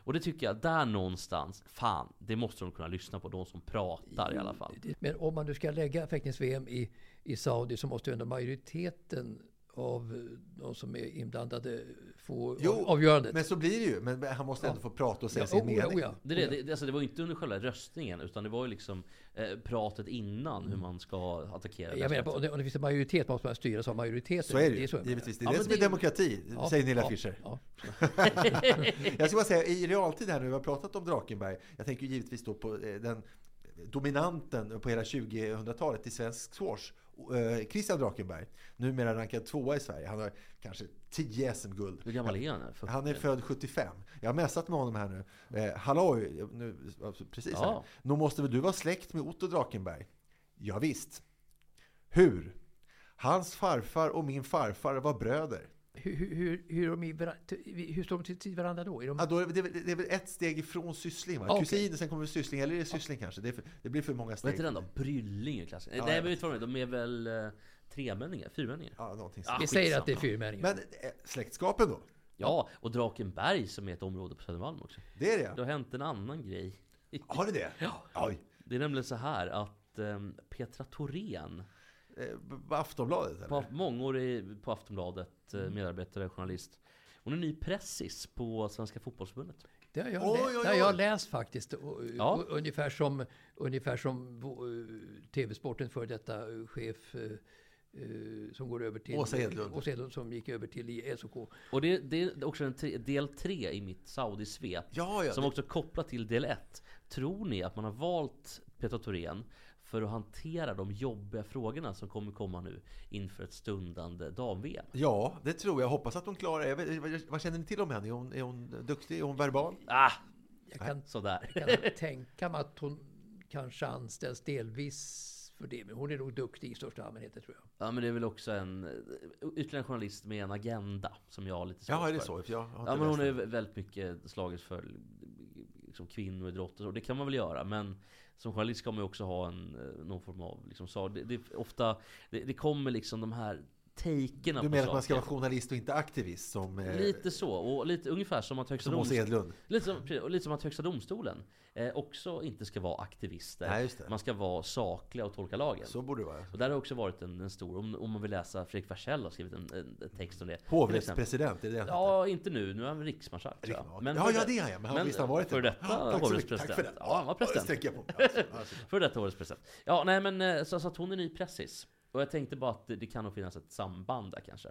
Och det tycker jag, där någonstans, fan, det måste de kunna lyssna på. De som pratar i alla fall.
Men om man nu ska lägga fäktnings-VM i, i Saudi så måste ju ändå majoriteten av eh, de som är inblandade få
Jo,
avgörandet.
men så blir det ju. Men han måste ändå få prata och säga sin
oh, ja,
mening.
oh, ja.
Det, är det, det, alltså det var ju inte under själva röstningen, utan det var ju liksom eh, pratet innan hur man ska attackera.
Jag menar, på- om det, om det finns en majoritet måste man styras av majoriteten.
Så är det ju,
jag menar.
givetvis. Det är
Ja,
det
men
som
det
är
är ju-
demokrati,
Ja,
säger Nilla
ja,
Fischer.
ja.
[LAUGHS] Jag ska bara säga, i realtid här nu, vi har pratat om Drakenberg. Jag tänker ju givetvis då på eh, den dominanten på hela 2000-talet i svensk squash, eh, Christian Drakenberg. Numera rankad tvåa i Sverige. Han har kanske 10 SM-guld.
Hur gammal är han?
Han är född 75. Jag har mässat med honom här nu. Eh, halloj! Nu, alltså, precis
Ja.
här. Nu måste väl du vara släkt med Otto Drakenberg? Ja, visst. Hur? Hans farfar och min farfar var bröder.
Hur, hur, hur, hur, de i vara- t- hur står de till- till varandra då? Är de...
Ja, då är det, det, är väl- det är väl ett steg ifrån syssling? Va?
Okej.
Kusin, sen kommer syssling. Eller är det syssling kanske? Det, är för, det blir för många
Vad
steg.
heter den då? Brylling i klassen?
Ja,
Nej,
jag
men vet. de är väl eh, tremänningar? Fyrmänningar?
Ja, någonting
Vi säger att det är fyrmänningar.
Men eh, släktskapen då?
Ja, och Drakenberg som är ett område på Södermalm också.
Det är det?
Det har hänt en annan grej.
Har det det?
Ja.
Oj.
Det är nämligen så här att ehm, Petra Thorén,
Eh, på Aftonbladet eller? Mm.
på, många år i, på Aftonbladet, eh, medarbetare och journalist. Hon är ny pressis på Svenska Fotbollförbundet.
Det har jag,
Oj,
lä-
oj,
Det har jag
oj.
läst faktiskt. Och,
Ja.
och, ungefär som, ungefär som vå- TV-sporten för detta eh, chef eh, eh, som går över till...
Åsa Hedlund.
Åsa Hedlund som gick över till i SOK.
Och det, det är också en tre, del tre i mitt Saudi-svep.
Ja, ja.
Som
det-
också kopplat till del 1. Tror ni att man har valt Petra Thorén för att hantera de jobbiga frågorna som kommer komma nu inför ett stundande dam-VM?
Ja, det tror jag. Hoppas att hon klarar det. Jag vet- vad- Vad känner ni till om henne? Är hon, är hon duktig? Är hon verbal?
Ah,
Jag kan,
sådär.
kan
[LAUGHS]
jag tänka mig att hon kanske anställs delvis för det. Men hon är nog duktig i största allmänhet, det tror jag.
Ja men det är väl också en eh, ytterligare en journalist med en agenda som jag har lite svårt
Ja, är det
för.
så? Jag har inte
Ja men hon
läst
har ju
det.
väldigt mycket slagit för liksom, kvinnoidrott och så. Det kan man väl göra. Men som journalist ska man ju också ha en, eh, någon form av... Liksom, så, det, det, är ofta, det, det kommer liksom de här takerna
Du
på
menar att man ska
saker.
vara journalist och inte aktivist som, eh,
Lite så. Och lite, ungefär som att Högsta
som Åsa
domstolen...
Edlund?
Lite som, precis, och lite som att Högsta domstolen eh, också inte ska vara aktivister.
Nej, just det.
Man ska vara sakliga och tolka lagen.
Så borde det vara.
Och där har också varit en, en stor, om, om man vill läsa, Fredrik Wersäll har skrivit en, en, en text om det. Till exempel.
Hovrättspresident, är det det han heter?
Ja, inte nu. Nu är han riksmarskalk tror jag.
Rikmark. ja, ja, det är han ja. Men han visst har varit det.
För detta
Ja, tack så mycket.
hovrättspresident.
Tack för det.
Ja, han var
det
president.
sträcker jag på mig. Alltså, alltså.
För detta årets president. Ja, nej men eh, så, så att hon är ny pressis. Och jag tänkte bara att det, det kan nog finnas ett samband där kanske.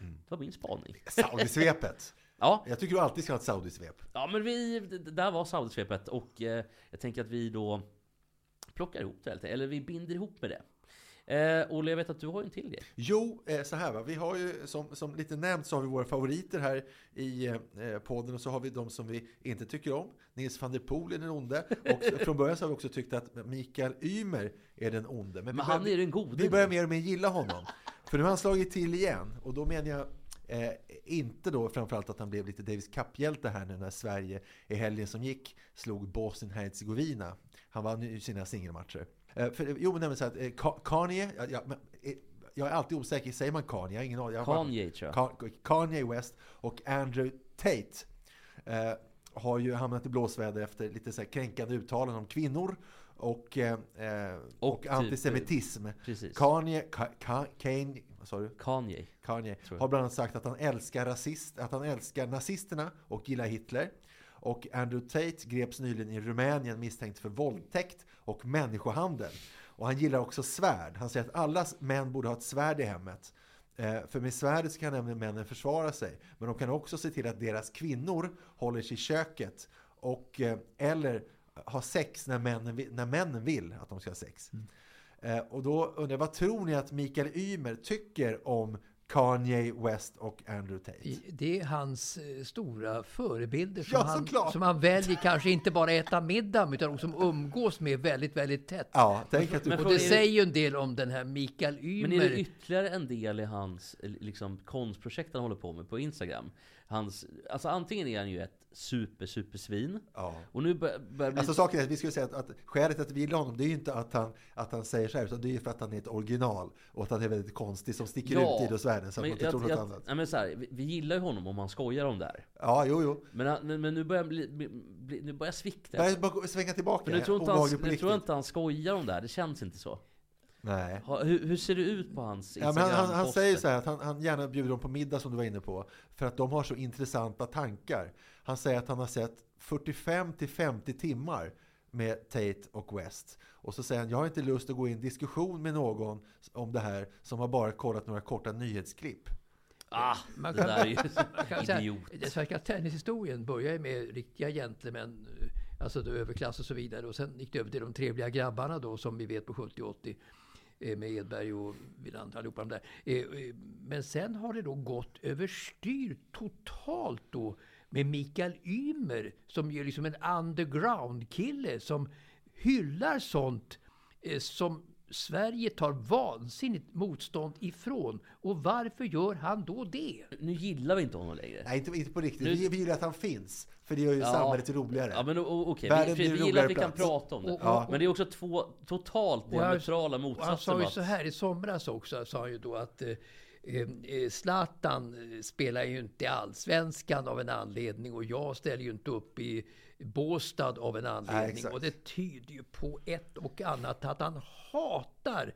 Mm.
Det var min spaning.
Saudi-svepet.
Ja,
Jag tycker du alltid ska ha ett Saudi-svep.
ja men vi, d- d- där var Saudisvepet och eh, jag tänker att vi då plockar ihop det helt enkelt. Eller vi binder ihop med det. Eh, Olle, jag vet att du har ju en till grej.
Jo, eh, så här va. Vi har ju som, som lite nämnt så har vi våra favoriter här i eh, podden och så har vi de som vi inte tycker om. Nils van der Poel är den onde och från början så har vi också tyckt att Mikael Ymer är den onde. vi
Men han
börjar-
är den gode
Vi börjar
nu.
mer och mer gilla honom. För nu har han slagit till igen och då menar jag Eh, inte då framförallt att han blev lite Davis Cup-hjälte här nu när Sverige i helgen som gick slog Bosnien-Hercegovina. Han vann ju sina singelmatcher. Eh, för, jo, men nämligen så att eh, Ka- Kanye, jag, jag, men, eh, jag är alltid osäker, säger man Kanye? Jag har ingen aning. Jag har-
Kanye, tror jag.
Ka- Kanye West och Andrew Tate eh, har ju hamnat i blåsväder efter lite så här kränkande uttalanden om kvinnor och, eh, eh, och,
Och typ, eh,
antisemitism.
precis.
Kanye, Ka, Ka, Kanye, vad sa du?
Kanye.
Kanye
Tror jag.
har bland annat sagt att han älskar, rasist, att han älskar nazisterna och gillar Hitler. Och Andrew Tate greps nyligen i Rumänien misstänkt för våldtäkt och människohandel. Och han gillar också svärd. Han säger att alla män borde ha ett svärd i hemmet. Eh, För med svärdet så kan nämligen männen försvara sig. Men de kan också se till att deras kvinnor håller sig i köket. Och, eh, eller ha sex när männen, vi- när männen vill att de ska ha sex.
Mm.
Eh, och då undrar jag, vad tror ni att Mikael Ymer tycker om Kanye West och Andrew Tate?
I- Det är hans eh, stora förebilder som,
Ja,
han,
såklart.
som han väljer kanske inte bara äta middag med, utan också umgås med väldigt, väldigt tätt.
Ja, tänk att
[LAUGHS]
du...
Men
Och
frågan
det
är-
säger ju en del om den här Mikael
Men är det
Ymer.
ytterligare en del i hans eh, liksom, konstprojekt han håller på med på Instagram? Hans, alltså antingen är han ju ett super, super svin.
Ja.
Och nu bör- börjar det bli...
Alltså saken är att vi skulle säga att, att skälet att vi gillar honom det är ju inte att han, att han säger så här utan det är ju för att han är ett original och att han är väldigt konstig som sticker ut i idrottsvärlden så att man
men
inte
jag-
tror något
jag-
annat.
nej, men så här, vi, vi gillar ju honom om han skojar om det här.
Ja, jo, jo.
Men, han- men, men nu börjar han bli, bli, bli, nu börjar jag svikta.
Börja bara svänga tillbaka.
För nu tror, inte han,
Obehaglig på
nu tror jag
riktigt.
inte han skojar om det här, det känns inte så.
Nej.
Ha, hur, hur ser det ut på hans
Ja, men
Instagram?
han, han, han säger så här att han, han gärna bjuder dem på middag som du var inne på. För att de har så intressanta tankar. Han säger att han har sett 45 till 50 timmar med Tate och West. Och så säger han, jag har inte lust att gå i en diskussion med någon om det här som har bara kollat några korta nyhetsklipp.
Ah,
Man
det
kan-
där är ju
[LAUGHS] Man kan säga,
idiot.
Den svenska tennishistorien börjar ju med riktiga gentlemän. eh, alltså då överklass och så vidare. Och sen gick det över till de trevliga grabbarna då som vi vet på 70 och 80 eh, med Edberg och Wilander allihopa de där. Eh, eh, Men sen har det då gått överstyr totalt då med Mikael Ymer som ju är liksom en underground-kille som hyllar sånt eh, som Sverige tar vansinnigt motstånd ifrån. Och varför gör han då det?
Nu gillar vi inte honom längre.
Nej, inte, inte på riktigt.
Nu-
Vi, vi gillar att han finns. För det gör ju samhället roligare.
Ja men o- o- okej, vi,
Världen blir
vi
en
gillar att vi
roligare
kan
plats.
prata om det.
Och- och- Ja.
Men det är också två totalt
Och han-
diametrala
och Han
motsatser.
sa ju
Mats.
så här i somras också, sa han ju då att eh, eh, Zlatan eh, spelar ju inte i Allsvenskan av en anledning och jag ställer ju inte upp i Båstad av en anledning.
exakt.
och det tyder ju på ett och annat att han hatar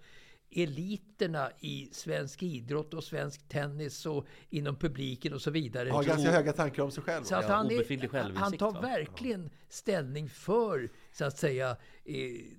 eliterna i svensk idrott och svensk tennis och inom publiken och så vidare.
har ganska
Och-
höga tankar om sig själv.
så att han,
obefintlig
är,
självinsikt,
han tar
va?
verkligen ställning för, så att säga, eh,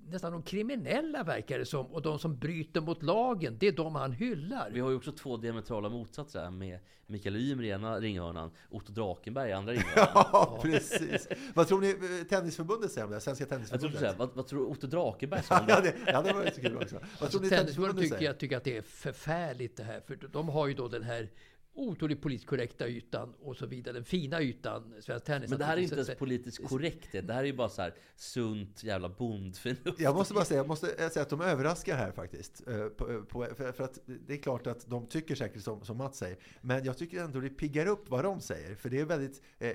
nästan de kriminella verkar det som. Och de som bryter mot lagen, det är de han hyllar.
Vi har ju också två diametrala motsatser här med Mikael Ymer i ena ringhörnan, Otto Drakenberg i andra ringhörnan.
[LAUGHS] Ja, precis. Vad tror ni eh, Tennisförbundet säger om det här? Svenska
Jag tror
Tennisförbundet?
så här, vad, vad tror Otto Drakenberg sa
[LAUGHS] Ja,
om det?
det, ja, det var ju så kul också. Vad
Alltså,
tror ni
Tennisförbundet
Tennisförbundet
tycker
säger?
jag tycker att det är förfärligt det här. För de har ju då den här otroligt politiskt korrekta ytan och så vidare. Den fina ytan, svensk tennis.
Men det här är
Så-
inte
så-
ens politiskt korrekt. Det här är ju bara så här sunt jävla bondförnuft.
Jag måste bara säga, jag måste säga att de överraskar här faktiskt. Eh, på- på- för- För att det är klart att de tycker säkert som, som Mats säger. Men jag tycker ändå det piggar upp vad de säger. För det är väldigt eh,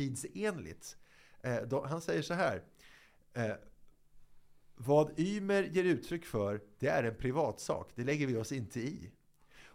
otidsenligt. Eh, de, han säger så här. Eh, vad Ymer ger uttryck för, det är en privatsak. Det lägger vi oss inte i.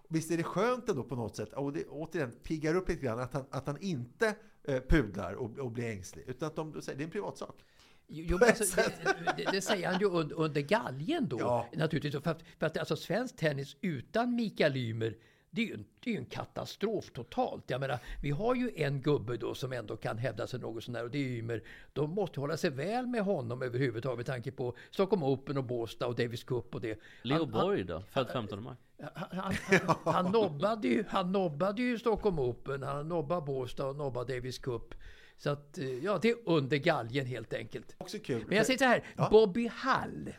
Visst är det skönt ändå på något sätt, och det återigen piggar upp lite grann, att han, att han inte eh, pudlar och, och blir ängslig. Utan att de säger det är en privatsak. [LAUGHS]
Jo, jo, men alltså, det, det, det säger han ju under, under galgen då.
Ja.
Naturligtvis. För att, för att alltså, svensk tennis utan Mikael Ymer, det är, ju en, det är ju en katastrof totalt. Jag menar, vi har ju en gubbe då som ändå kan hävda sig något sånär och det är Ymer. De måste hålla sig väl med honom överhuvudtaget med tanke på Stockholm Open och Båstad och Davis Cup och det.
Leo
Han- han-
Borg då? Född 15 maj?
han, han,
[LAUGHS]
han, han, nobbade ju, han nobbade ju Stockholm Open, han nobbade Båstad och nobbade Davis Cup. Så att, eh, ja, det är under galgen helt enkelt.
Också kul.
Men jag säger så här, Bobby Hall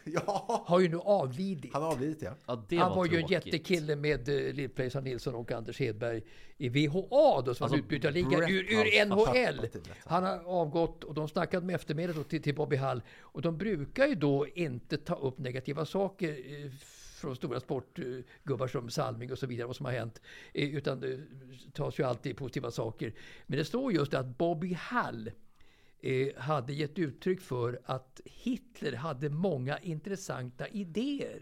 har ju nu avlidit.
Han har avlidit ja.
Ja, det
han
var
var, ju en
tråkigt.
jättekille med eh, Lill-Prejsa Nilsson och Anders Hedberg i VHA då, som
Alltså,
alltså, utbytarliga
Brett
ur,
Hall.
ur NHL.
Pappa till detta.
Han har avgått och de snackade med eftermiddag då till, till Bobby Hall. Och de brukar ju då inte ta upp negativa saker eh, från stora sportgubbar som Salming och så vidare, vad som har hänt. Eh, Utan det tas ju alltid positiva saker. Men det står just att Bobby Hall eh, hade gett uttryck för att Hitler hade många intressanta idéer.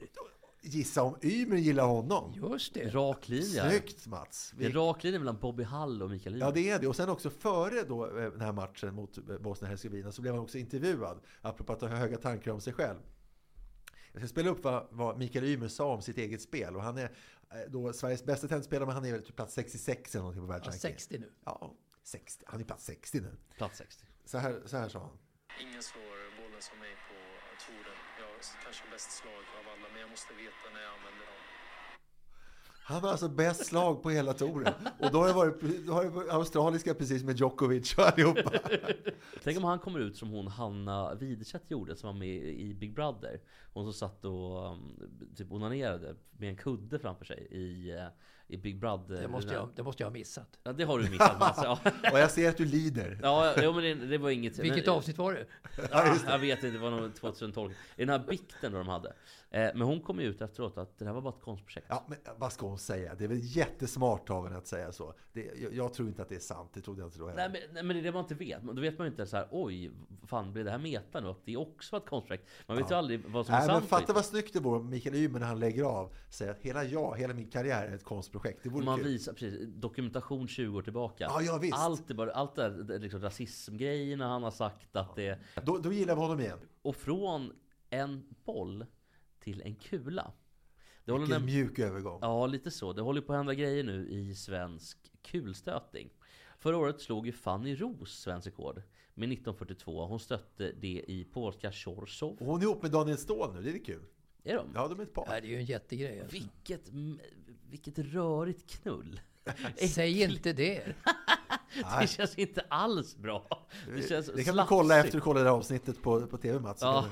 Gissa om Ymer gillar honom.
Just det.
Rak linje. här.
Snyggt Mats!
Det är
Vi,
en rak linje mellan Bobby Hall och Mikael Ymer.
ja det är det. Och sen också före då, eh, den här matchen mot eh, Bosnien-Hercegovina så blev han också intervjuad. Apropå att ha höga tankar om sig själv. Jag ska spela upp vad, vad Mikael Ymer sa om sitt eget spel. Och han är eh, då Sveriges bästa tennisspelare men han är väl typ plats 66 eller någonting på
Ja,
världsrankingen.
60 nu.
Ja, 60. Han är plats 60 nu.
Plats 60.
Så här, så här sa han.
Ingen slår bollen som mig på touren. Jag har kanske bäst slag av alla, men jag måste veta när jag använder dem.
Han har alltså bäst slag på hela touren. Och då har det varit, då har det varit australiska precis med Djokovic och allihopa.
Tänk om han kommer ut som hon Hanna Widerstedt gjorde som var med i Big Brother. Hon som satt och um, typ onanerade med en kudde framför sig i, eh, i Big Brother.
Det måste,
den här-
jag, det måste jag ha missat.
Ja, det har du missat Mats.
[LAUGHS]
Ja,
Och jag ser att du lider.
ja jo, men det, det var inget.
Vilket
men,
avsnitt var det?
Ja, jag vet inte, det var nog 2012. I den här bikten då de hade. Eh, men hon kom ju ut efteråt att det här var bara ett konstprojekt.
Ja, men vad ska hon säga? Det är väl jättesmart av henne att säga så. Det, jag, jag tror inte att det är sant. Det trodde jag inte då heller.
Nej men, nej men det är det man inte vet. Då vet man ju inte så här, oj, fan blev det här meta nu? Att det också var ett konstprojekt. Man vet ju aldrig vad som är
Nej, men
sant.
fatta vad snyggt det vore om Mikael Ymer när han lägger av säger att hela jag, hela min karriär är ett konstprojekt. Det vore
man
kul.
visar precis, dokumentation 20 år tillbaka.
Ja, ja, visst.
Allt det, bara, allt det här det- liksom rasismgrejerna han har sagt att det...
Då, då gillar vi honom igen.
Och från en boll till en kula. Det håller
Vilken
näm-
mjuk övergång.
Ja, lite så. Det håller på att hända grejer nu i svensk kulstötning. Förra året slog ju Fanny Ros svensk rekord med 1942. Hon stötte det i polska Chorzów.
Och hon är ihop med Daniel Ståhl nu. Det är kul.
Är de?
Ja, de är ett
Ja,
par.
det är ju en jättegrej. Alltså.
[LAUGHS] Vilket, vilket rörigt knull.
Säg inte det.
[LAUGHS] Det känns inte alls bra. Det känns
det kan du
slafsigt.
kolla efter du kollar det här avsnittet på, på TV
[LAUGHS]
Mats.
Ja,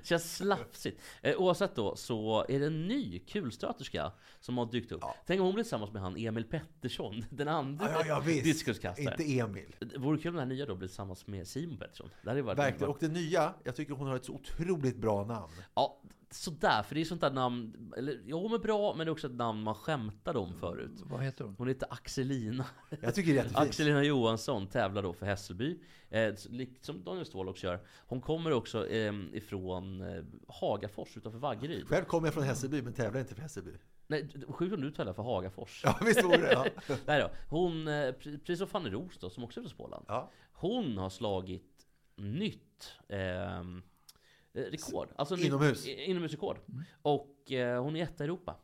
det känns slafsigt. Eh, oavsett då, så är det en ny kulstöterska som har dykt upp. Tänk om hon blir tillsammans med han Emil Pettersson, [LAUGHS] den andra
Ja, ja, ja, visst.
diskuskastaren.
Inte Emil.
Det vore kul om den här nya då blir tillsammans med Simon Pettersson. Det hade ju varit
Verkligen. Och det nya, jag tycker hon har ett så otroligt bra namn.
Ja, sådär. För det är sånt där namn, eller jo men bra, men det är också ett namn man skämtade om förut.
Vad heter hon?
Hon heter
[LAUGHS]
Axelina.
Jag tycker det är jättefint.
Axelina Johansson tävlar då för Hässelby. Eh, likt som Daniel Ståhl också gör. Hon kommer också eh, ifrån eh, Hagafors utanför Vaggeryd.
Själv kommer jag från Hässelby men tävlar inte för Hässelby.
Nej, d- sjukt om du talar för Hagafors.
Ja, visst vore det, ja.
[LAUGHS] Nej då. Hon, eh, pre- precis som Fanny Roos då, som också är från Småland. Hon har slagit nytt ehm, eh, rekord. Alltså nytt-
Inomhus. Mm.
i- inomhusrekord. Och eh, hon är etta i Europa.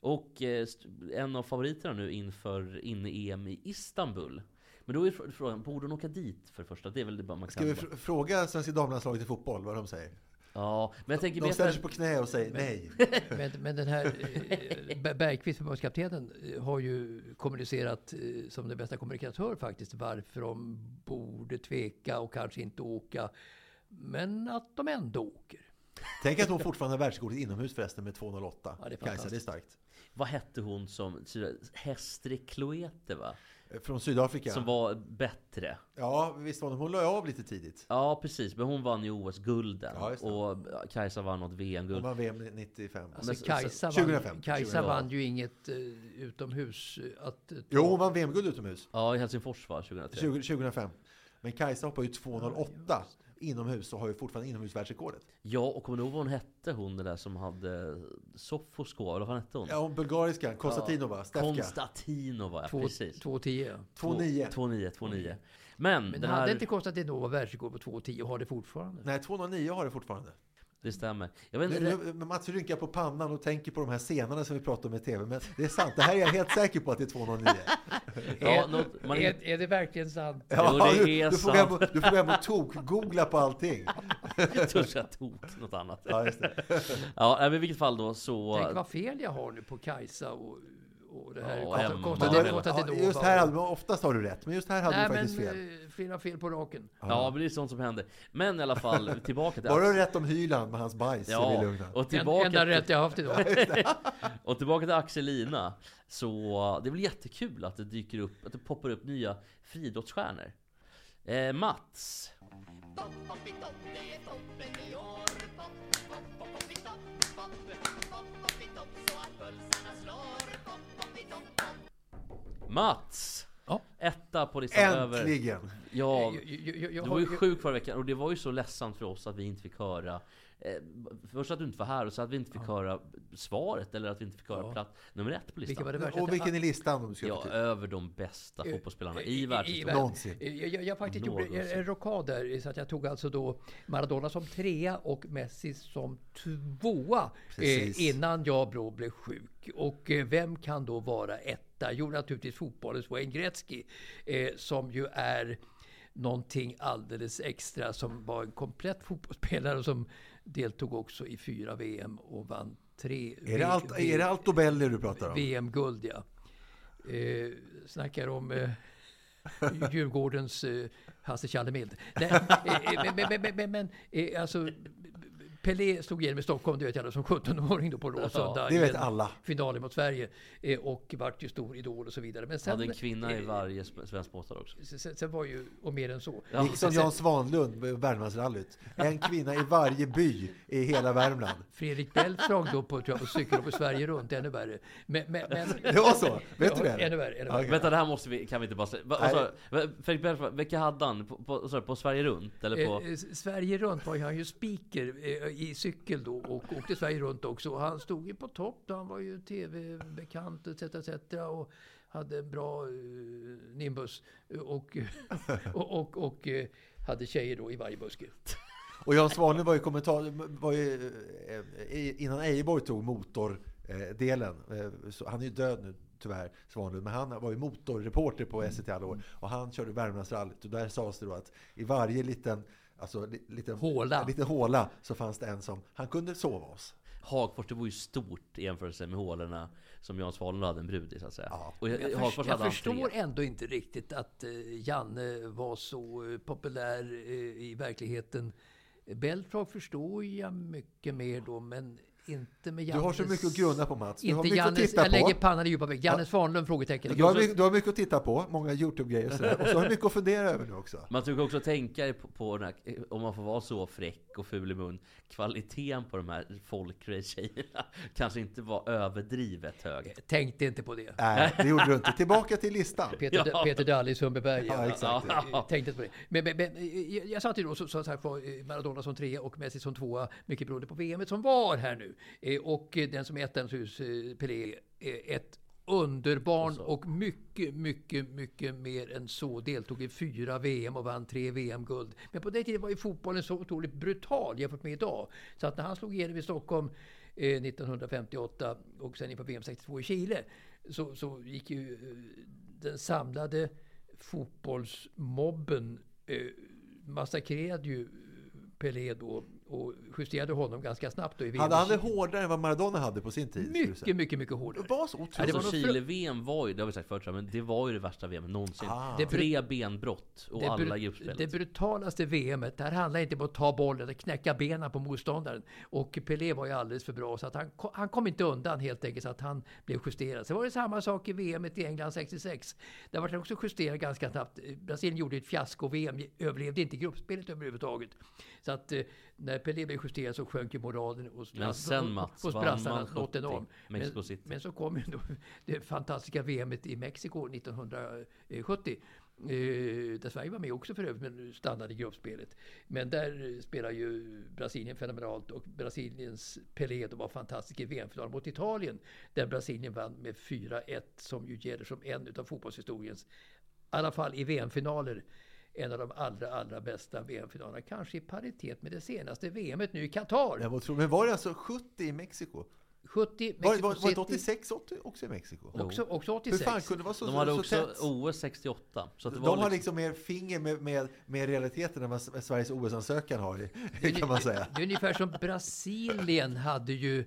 Och eh, st- en av favoriterna nu inför inne-EM i Istanbul. Men då är fr- frågan, borde hon åka dit för det första? Det är väl det man kan...
Ska vi fr- fråga svenska damlandslaget i fotboll vad de säger?
Ja, men jag tänker...
De
vet
ställer
jag-
sig på knä och säger nej.
Men, men den här eh, Ber- Bergqvist, förbundskaptenen, eh, har ju kommunicerat eh, som den bästa kommunikatör faktiskt varför de borde tveka och kanske inte åka. Men att de ändå åker.
Tänk
[LAUGHS]
att hon fortfarande har världsrekordet inomhus förresten med 208.
Ja, det är
Kajsa, det är
fantastiskt.
starkt.
Vad hette hon som... Hestre Kloete va?
Från Sydafrika.
Som var bättre.
Ja, visst var det. Hon la av lite tidigt.
Ja, precis. Men hon vann ju OS-gulden.
Ja, just det.
och Kajsa vann något
Hon
VM-guld.
vann VM 95.
Alltså,
Men-
Kajsa, vann,
2005.
Kajsa
2005.
vann ju inget eh, utomhus. eh, Att, eh,
Jo, hon vann VM-guld utomhus.
Ja, i Helsingfors va? 2003.
20, 2005. Men Kajsa hoppar ju 208 inomhus och har ju fortfarande inomhusvärldsrekordet.
Ja, och kommer du ihåg vad hon hette hon den där som hade Sofosko? Eller vad fan hette hon?
Ja, hon bulgariska, Konstantinova, Stefka.
Konstantinova, ja,
Två-
precis.
2,10.
2,9.
2,9, 2,9. Men,
Men
den
hade
här...
inte Konstantinova världsrekord på 2,10 och har det fortfarande.
Nej, 209 har det fortfarande.
Det stämmer. Jag vet
Nu,
inte,
nu, Mats rynkar på pannan och tänker på de här scenerna som vi pratade om i TV. Men det är sant, det här är jag helt säker på att det är 209.
[LAUGHS]
[LAUGHS]
ja, något, man är...
Är, är det verkligen sant?
Jo, det
du,
är
du får gå
sant.
hem och- du får gå hem och tok-googla på allting.
Törs jag tok något annat?
Ja, just det.
Ja, nej, men i vilket fall då så...
Tänk vad fel jag har nu på Kajsa och, och det här.
Ja,
Konsta-
Emma.
Men
Konstantin-
Ja,
det,
Konstantinova.
ja, just här, hade- oftast har du rätt, men just här hade
Nej,
du
men
faktiskt fel.
eh, flera fel på raken.
Ja, men det är sånt som händer. Men i alla fall, tillbaka till...
Bara du har rätt om Hyland med hans bajs så är vi
Ja,
lugna.
och
En,
tillbaka
enda
till...
rätt jag
[LAUGHS]
haft idag.
Och tillbaka till Axelina. Så det är väl jättekul att det dyker upp, att det poppar upp nya friidrottsstjärnor. Eh, Mats. Mats!
Ja.
Etta på listan över...
Äntligen!
Ja,
Jag- jag- jag- jag
du
har
var ju
ju-
sjuk förra veckan och det var ju så ledsamt för oss att vi inte fick höra eh, Först att du inte var här och så att vi inte fick höra svaret eller att vi inte fick höra
Ja.
plats nummer ett på
Vilka
listan.
var Eh, det värsta?
Och vilken är listan om du ska
Ja, eh,
få till?
över de bästa fotbollsspelarna i
världen.
världshistorien.
Någonsin.
Jag, jag, jag faktiskt gjorde en,
Någonsin.
en rockad där. Så att jag tog alltså då Maradona som trea och Messi som tvåa.
Precis.
Eh, innan jag då blev sjuk. Och eh, vem kan då vara etta? Jo, naturligtvis fotbollens Wayne Gretzky. Eh, som ju är någonting alldeles extra. Som var en komplett fotbollsspelare som deltog också i fyra VM och vann tre
Är det, allt, är det Alto Belli du pratar om?
VM-guld, ja. Eh, snackar
[LAUGHS]
om eh, Djurgårdens eh, Hasse Tjalemild. Nej, eh, eh, men- men- men- men- Men eh, alltså... Pelé slog igenom i Stockholm, det vet jag, som 17-åring då på Råsunda.
det
i
vet
en
alla.
Finalen mot Sverige. Eh, och vart ju stor idol och så vidare. Men sen,
Hade en kvinna i
eh,
varje sp- svensk båtar också.
Sen, sen var ju, och mer än så.
Ja.
Gick som
Sen-
Liksom Jan Svanlund, eh, Värmlandsrallyt. En kvinna i varje by i hela Värmland.
Fredrik Belfrage då på, tror jag, på cykel och på Sverige runt, ännu värre. Men, men,
[LAUGHS]
men,
Det var så? Vet du det?
Ännu värre. Ännu värre.
Okej.
Vänta, det här måste vi, kan vi inte bara säga. Va-
Nej.
Alltså, va- Fredrik Belfrage, vilka hade han? På, på, sorry, på Sverige Runt? Eller på...
Eh, eh, Sverige runt var ju han ju speaker eh, i cykel då och åkte Sverige runt också. Och Han stod ju på topp då. Han var ju tv-bekant etc. etc. och hade en bra eh, nimbus. Och, [LAUGHS] och, och, och eh, hade tjejer då i varje buske.
Eh,
Och Jan Svanlund var ju kommentar... Var ju, eh, eh, innan Ejeborg tog motordelen. eh, så Han är ju död nu tyvärr, Svanlund. Men han var ju motorreporter på SCT alla år. Och han körde Värmlandsrallyt. Och där sades det då att i varje liten... Alltså, li- liten
Håla.
Liten håla så fanns det en som... Han kunde sova oss.
Hagfors det var ju stort i jämförelse med hålorna som Jan Svalund hade en brud i så att säga. Och
jag,
Hagfors
förs- jag
hade entré.
förstår ändå inte riktigt att eh, Janne var så eh, populär eh, i verkligheten. Beltrag förstår jag mycket mer då, men inte med
Du
Jannes...
har så mycket att grunna på, Mats. Du
inte
har mycket att
Jannes,
titta
jag
på.
lägger pannan i djupa veck. Janne
Ja.
Svanlund? Frågetecken.
Du har, mycket, du har mycket att titta på, många YouTube-grejer och sådär. Och så har du mycket att fundera över nu
[LAUGHS]
också.
Man tycker också tänka på, på den här, om man får vara så fräck och ful i mun, kvaliteten på de här folkrace-tjejerna [LAUGHS] kanske inte var överdrivet hög.
Tänkte inte på det.
Nej, Äh, det gjorde du inte. Tillbaka till listan.
Peter,
Ja.
Peter Dalle i Sundbyberg.
Ja, exakt. Ja.
Tänkte inte på det. Men, men, men eh, jag- jag satte ju då som, som sagt var eh, Maradona som trea och Messi som tvåa. Mycket beroende på VM som var här nu. Eh, Och eh, den som är ettans hus, eh, Pelé, eh, ett underbarn
Alltså.
och mycket, mycket, mycket mer än så. Deltog i fyra VM och vann tre VM-guld. Men på den tiden var ju fotbollen så otroligt brutal jämfört med idag. Så att när han slog igenom i Stockholm eh, 1958 och sen in på VM 62 i Chile så, så gick ju eh, den samlade fotbollsmobben eh, massakrerade ju Pelé då och justerade honom ganska snabbt. Då i VM.
Hade han det hårdare än vad Maradona hade på sin tid? skulle du säga?
Mycket, mycket, mycket hårdare.
Det var så
Ja, det
otroligt.
var Chile-VM var ju, det har vi sagt förut, men det var ju det värsta VM någonsin.
Ah.
Det
Tre benbrott och
det, bru-
alla i
det
gruppspelet.
brutalaste VMet, där handlar det inte om att ta bollen, att knäcka benen på motståndaren. Och Pelé var ju alldeles för bra, så att han, ko- han kom inte undan helt enkelt, så att han blev justerad. Sen var det samma sak i VMet i England 66. Där var han också justerad ganska snabbt. Eh, Brasilien gjorde ett fiasko-VM, överlevde inte gruppspelet överhuvudtaget. Så att eh, när Pelé blev justerad så sjönk ju moralen hos,
Men sen Mats,
hos
vann
brassarna
man
något
70,
enormt.
Mexico
Men-
City.
Men så kom ju då det fantastiska VMet i Mexiko 1970. eh, Där Sverige var med också för övrigt, men stannade i gruppspelet. Men där eh, spelar ju Brasilien fenomenalt och Brasiliens Pelé då var fantastisk i VM-finalen mot Italien. Där Brasilien vann med 4-1 som ju gäller som en utav fotbollshistoriens, i alla fall i VM-finaler, en av de allra, allra bästa VM-finalerna. Kanske i paritet med det senaste VMet nu i
Det
Qatar.
var otroligt. Men var det alltså 70 i Mexiko?
70,
Var,
Mexico
var, var det
City.
86 80 också i Mexiko?
Också, också
Hur
86.
fan kunde det vara så,
De hade
så
också
tätt?
OS 68. Så att det
De
var
har
liksom,
liksom mer finger med, med, med realiteten än vad S- Sveriges OS-ansökan har,
[LAUGHS]
i, kan man säga.
Det är ungefär som Brasilien hade ju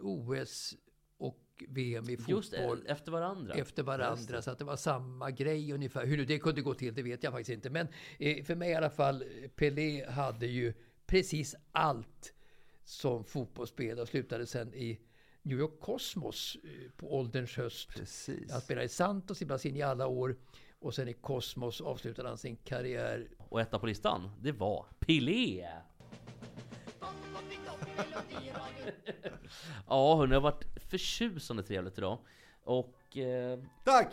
OS och VM i liksom fotboll
just e- efter varandra.
efter
Just det.
varandra. Så att det var samma grej ungefär. Hur nu det kunde gå till, det vet jag faktiskt inte. Men eh, för mig i alla fall, Pelé hade ju precis allt som fotbollsspelare och slutade sen i New York Cosmos eh, på ålderns höst.
Precis.
Han spelade i Santos i Brasilien i alla år och sen i Cosmos avslutade han sin karriär
Och etta på listan, det var Pelé! [LAUGHS] Ja hörni, det har varit förtjusande trevligt idag. Och... Eh,
Tack!